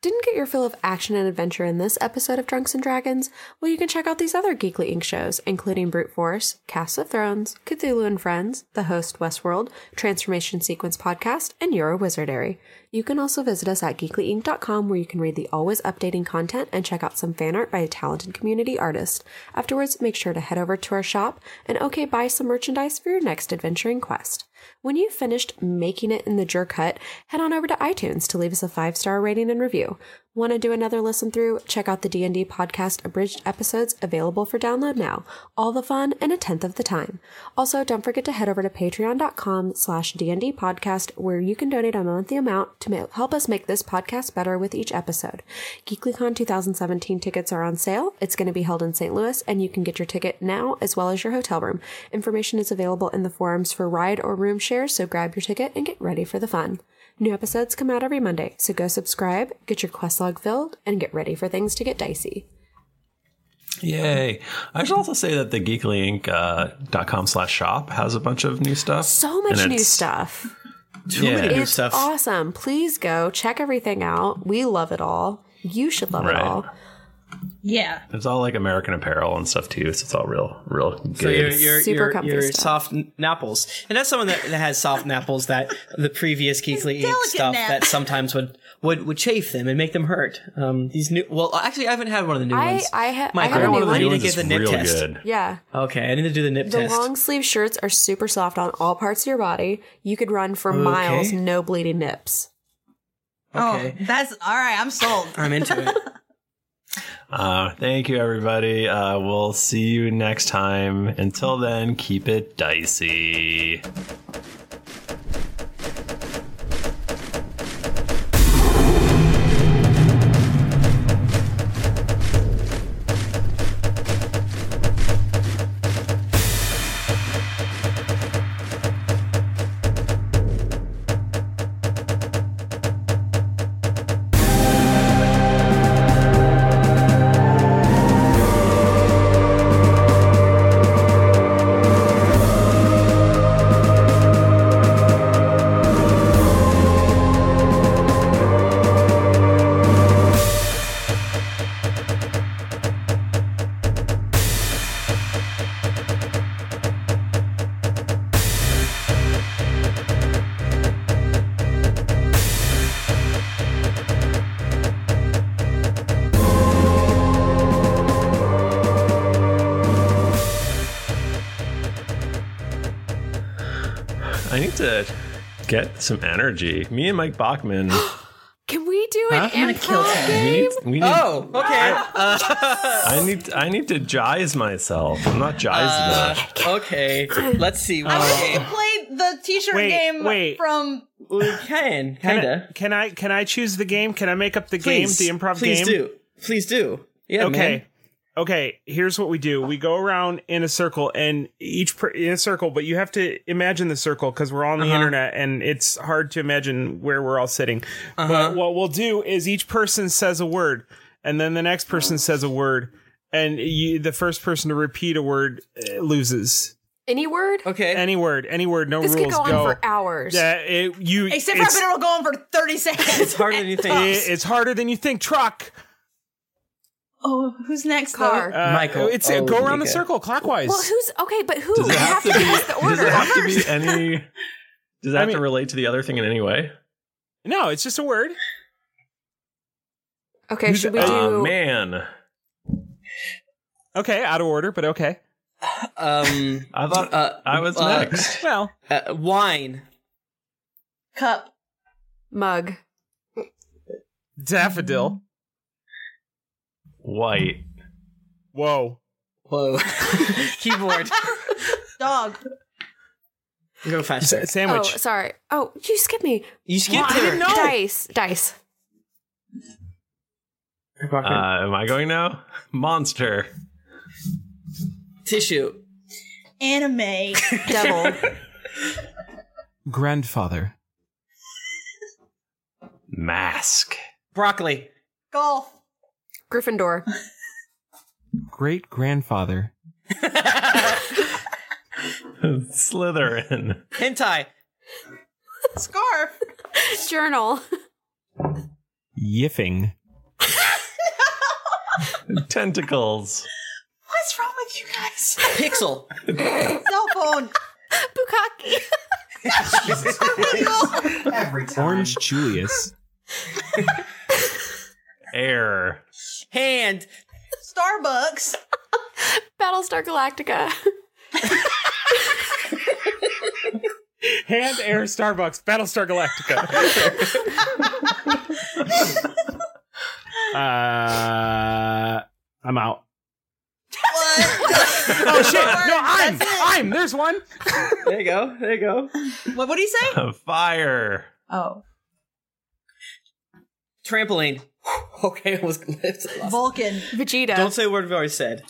D: Didn't get your fill of action and adventure in this episode of Drunks and Dragons? Well, you can check out these other Geekly Inc. shows, including Brute Force, Cast of Thrones, Cthulhu and Friends, The Host Westworld, Transformation Sequence Podcast, and Euro Wizardary. You can also visit us at geeklyinc.com where you can read the always updating content and check out some fan art by a talented community artist. Afterwards, make sure to head over to our shop and okay, buy some merchandise for your next adventuring quest. When you've finished making it in the jerk hut, head on over to iTunes to leave us a five star rating and review. Want to do another listen through? Check out the D&D podcast abridged episodes available for download now. All the fun and a tenth of the time. Also, don't forget to head over to patreon.com slash D&D podcast where you can donate a monthly amount to ma- help us make this podcast better with each episode. GeeklyCon 2017 tickets are on sale. It's going to be held in St. Louis and you can get your ticket now as well as your hotel room. Information is available in the forums for ride or room share, so grab your ticket and get ready for the fun. New episodes come out every Monday, so go subscribe, get your quest log filled, and get ready for things to get dicey.
A: Yay. I should also say that the geeklyinc.com slash shop has a bunch of new stuff.
D: So much
A: And
D: new
A: it's-
D: stuff.
C: Too
A: Yeah.
C: many new
D: It's
C: stuff.
D: awesome. Please go check everything out. We love it all. You should love it
A: Right.
D: all.
B: Yeah.
A: It's all like American Apparel and stuff too, so it's all real, real good.
C: So your your
D: Super
C: your,
D: comfy
C: your
D: stuff.
C: soft n- napples, and that's someone that, that has soft napples that the previous geekly Inc.
B: delicate
C: stuff
B: nap.
C: that sometimes would would would chafe them and make them hurt. Um, these new well, actually, I haven't had one of the new
D: I-
C: ones.
D: I ha-
C: Mike,
D: I had
C: I,
D: a new
C: want
D: one.
C: I need to
A: Yours
C: get
A: is
C: the nip
A: real
C: test.
A: good.
D: Yeah.
C: Okay, I need to do the nip
D: The
C: test.
D: long sleeve shirts are super soft on all parts of your body. You could run for miles,
C: Okay.
D: no bleeding nips.
C: okay,
B: Oh, that's all right. I'm sold.
C: I'm into it.
D: [laughs]
A: Uh, thank you, everybody. Uh, we'll see you next time. Until then, keep it dicey. to get some energy. Me and Mike Bachman.
D: Can we do an
A: Huh? I'm gonna
D: improv
A: kill him. We
D: game?
A: need- we need- Oh,
C: okay. Uh,
A: I
D: [gasps]
A: need I need to jise myself. I'm not jised
C: Uh,
D: [laughs]
A: enough.
C: okay, let's see.
B: I
A: Uh,
B: wish we could play the t-shirt
E: Wait,
B: game
E: wait.
B: from
C: We can,
E: Can I-
C: kinda.
E: Can I can I choose the game? Can I make up the
C: Please,
E: game, the improv
C: please
E: game?
C: do. Please do. Yeah,
E: Okay.
C: man.
E: Okay. Here's what we do. We go around in a circle, and each per- in a circle, but you have to imagine the circle because we're on the
G: Uh-huh.
E: internet, and it's hard to imagine where we're all sitting.
C: Uh-huh.
E: But what we'll do is each person says a word, and then the next person says a word, and you, the first person to repeat a word uh, loses.
D: Any word?
C: Okay.
E: Any word. Any word. No
D: This
E: rules.
D: could go on for hours.
E: Yeah. It, you.
B: Except for I've
E: it's-
B: been going for 30 seconds.
C: It's
D: [laughs]
C: harder than you think.
E: it- it's harder than you think. Truck.
B: Oh, who's next?
D: Car.
B: Though?
E: Uh,
C: Michael.
E: It's
C: Oh,
E: go around the
C: Mika.
E: circle clockwise.
D: Well, who's okay? But who?
A: Does it
D: You
A: have to be?
D: ask the
A: Does
D: order
A: it have to be
D: first.
A: any? Does that have to relate to the other thing in any way?
E: no, it's just a word.
D: Okay, should we do?
A: Oh man,
E: Okay, out of order, but okay.
C: Um,
A: I thought
C: uh,
A: I was
C: uh,
A: next.
E: [laughs] Well,
C: uh, wine.
B: Cup.
D: Mug.
E: daffodil.
A: White.
E: Whoa.
C: Whoa. [laughs] Keyboard.
B: Dog.
C: Go faster.
E: sandwich.
D: Oh, sorry. Oh, you skipped me.
C: You skipped
D: I
C: her.
D: didn't know. Dice. Dice.
A: Uh, am I going now? Monster.
C: Tissue.
B: Anime.
D: Devil.
G: Grandfather.
A: Mask.
C: Broccoli.
B: Golf. [laughs]
D: Gryffindor.
G: Great grandfather.
A: Slytherin.
C: Hentai.
B: Scarf.
D: [laughs] Journal.
G: Yiffing.
A: [laughs] Tentacles.
B: What's wrong with you
G: [laughs]
B: guys?
C: Pixel.
B: [laughs] Cell phone.
D: Bukaki.
B: [laughs]
K: Every time.
G: Orange Julius.
A: Air.
C: Hand.
B: Starbucks.
D: Battlestar Galactica.
E: Hand Air Starbucks Battlestar Galactica.
G: Uh, I'm out.
B: What?
G: Oh shit! No, I'm.
B: That's it.
G: I'm. There's one.
C: There you go. There you go.
B: What would he say?
A: Fire.
B: Oh.
C: Trampoline. [laughs] Okay, I was
B: Vulcan.
D: Vegeta.
C: Don't say a word we've already said.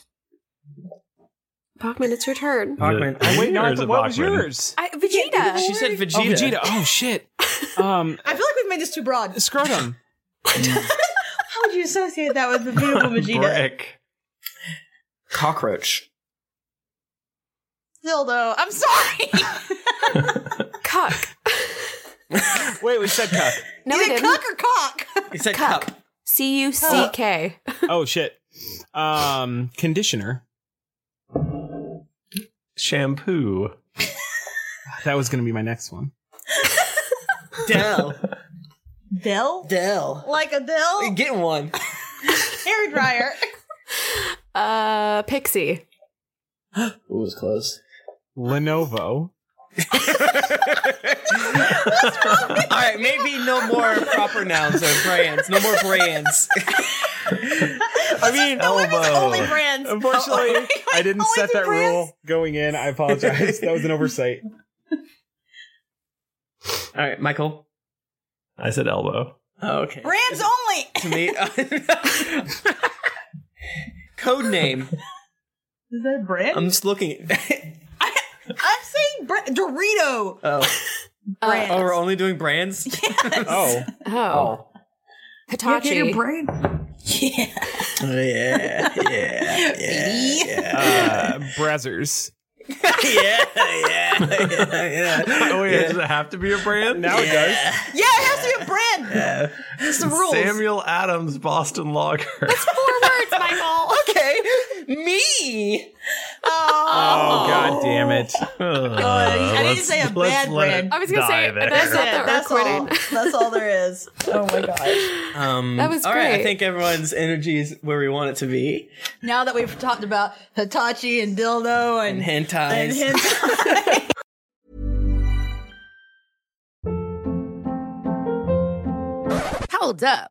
D: Bachman, it's your turn.
A: Is it-
G: Wait, no.
A: or
G: I
A: is
G: thought-
A: it
G: What was
A: Bachman?
G: yours?
D: I, Vegeta.
C: She said Vegeta.
G: Oh, Vegeta. Oh shit. Um,
B: I feel like we've made this too broad.
G: scrotum.
B: [laughs] How would you associate that with the
C: [laughs]
B: beautiful
A: [laughs]
B: Vegeta?
A: Brick.
C: Cockroach. [laughs]
B: Dildo. I'm [laughs] sorry.
D: Cuck.
E: [laughs] Wait, we said cuck.
D: No,
B: Is
D: we
B: it
D: didn't.
B: cock or cock?
C: He said
D: Cuck.
C: cup.
D: C U C K.
E: Oh shit. Um, conditioner.
A: Shampoo.
E: That was gonna be my next one.
C: Dell.
B: Dell?
C: Dell.
B: Like a Dell?
C: Get one.
B: Hair dryer.
D: [laughs] Uh, Pixie.
C: Ooh, it was close.
E: Lenovo.
C: All right, maybe no more proper nouns or brands. No more brands.
E: I mean,
B: Only brands.
C: Oh,
E: Unfortunately, I didn't
B: Only
E: set
B: the
E: that
B: brands?
E: rule going in. I apologize. That was an oversight.
C: All right, Michael. Oh,
A: I said elbow.
C: Okay.
B: Brands only.
C: to me. [laughs] Code name.
B: Is that a brand?
C: I'm just looking.
B: I, I'm saying br- Dorito
C: oh.
B: brands.
C: oh, we're only doing
D: [laughs]
C: brands?
E: Oh,
D: Oh. Hitachi.
B: brain. Yeah.
C: [laughs] Oh, yeah. Yeah.
B: yeah.
E: uh, Brazzers.
C: yeah, yeah, yeah,
A: [laughs] Oh wait, does it have to be a brand?
E: Now it does.
B: it has to be a brand. It's the rules.
A: Samuel Adams Boston Lager.
D: Four words, Michael.
C: Oh, Okay, me.
E: Oh, god damn it.
C: Oh,
B: I need to
A: let's-
B: say a
A: let's let
B: bad
A: it
B: brand.
D: I was gonna
A: die
D: say
A: there.
D: that's not
B: Yeah,
D: the
B: that's all.
D: earthquake.
B: That's all there is. Oh my gosh.
C: Um,
D: That was
C: all right, I
D: great.
C: think everyone's energy is where we want it to be.
B: [laughs] Now that we've talked about Hitachi and dildo
C: And
B: and
C: hentai.
B: and hentai.
L: Hold up.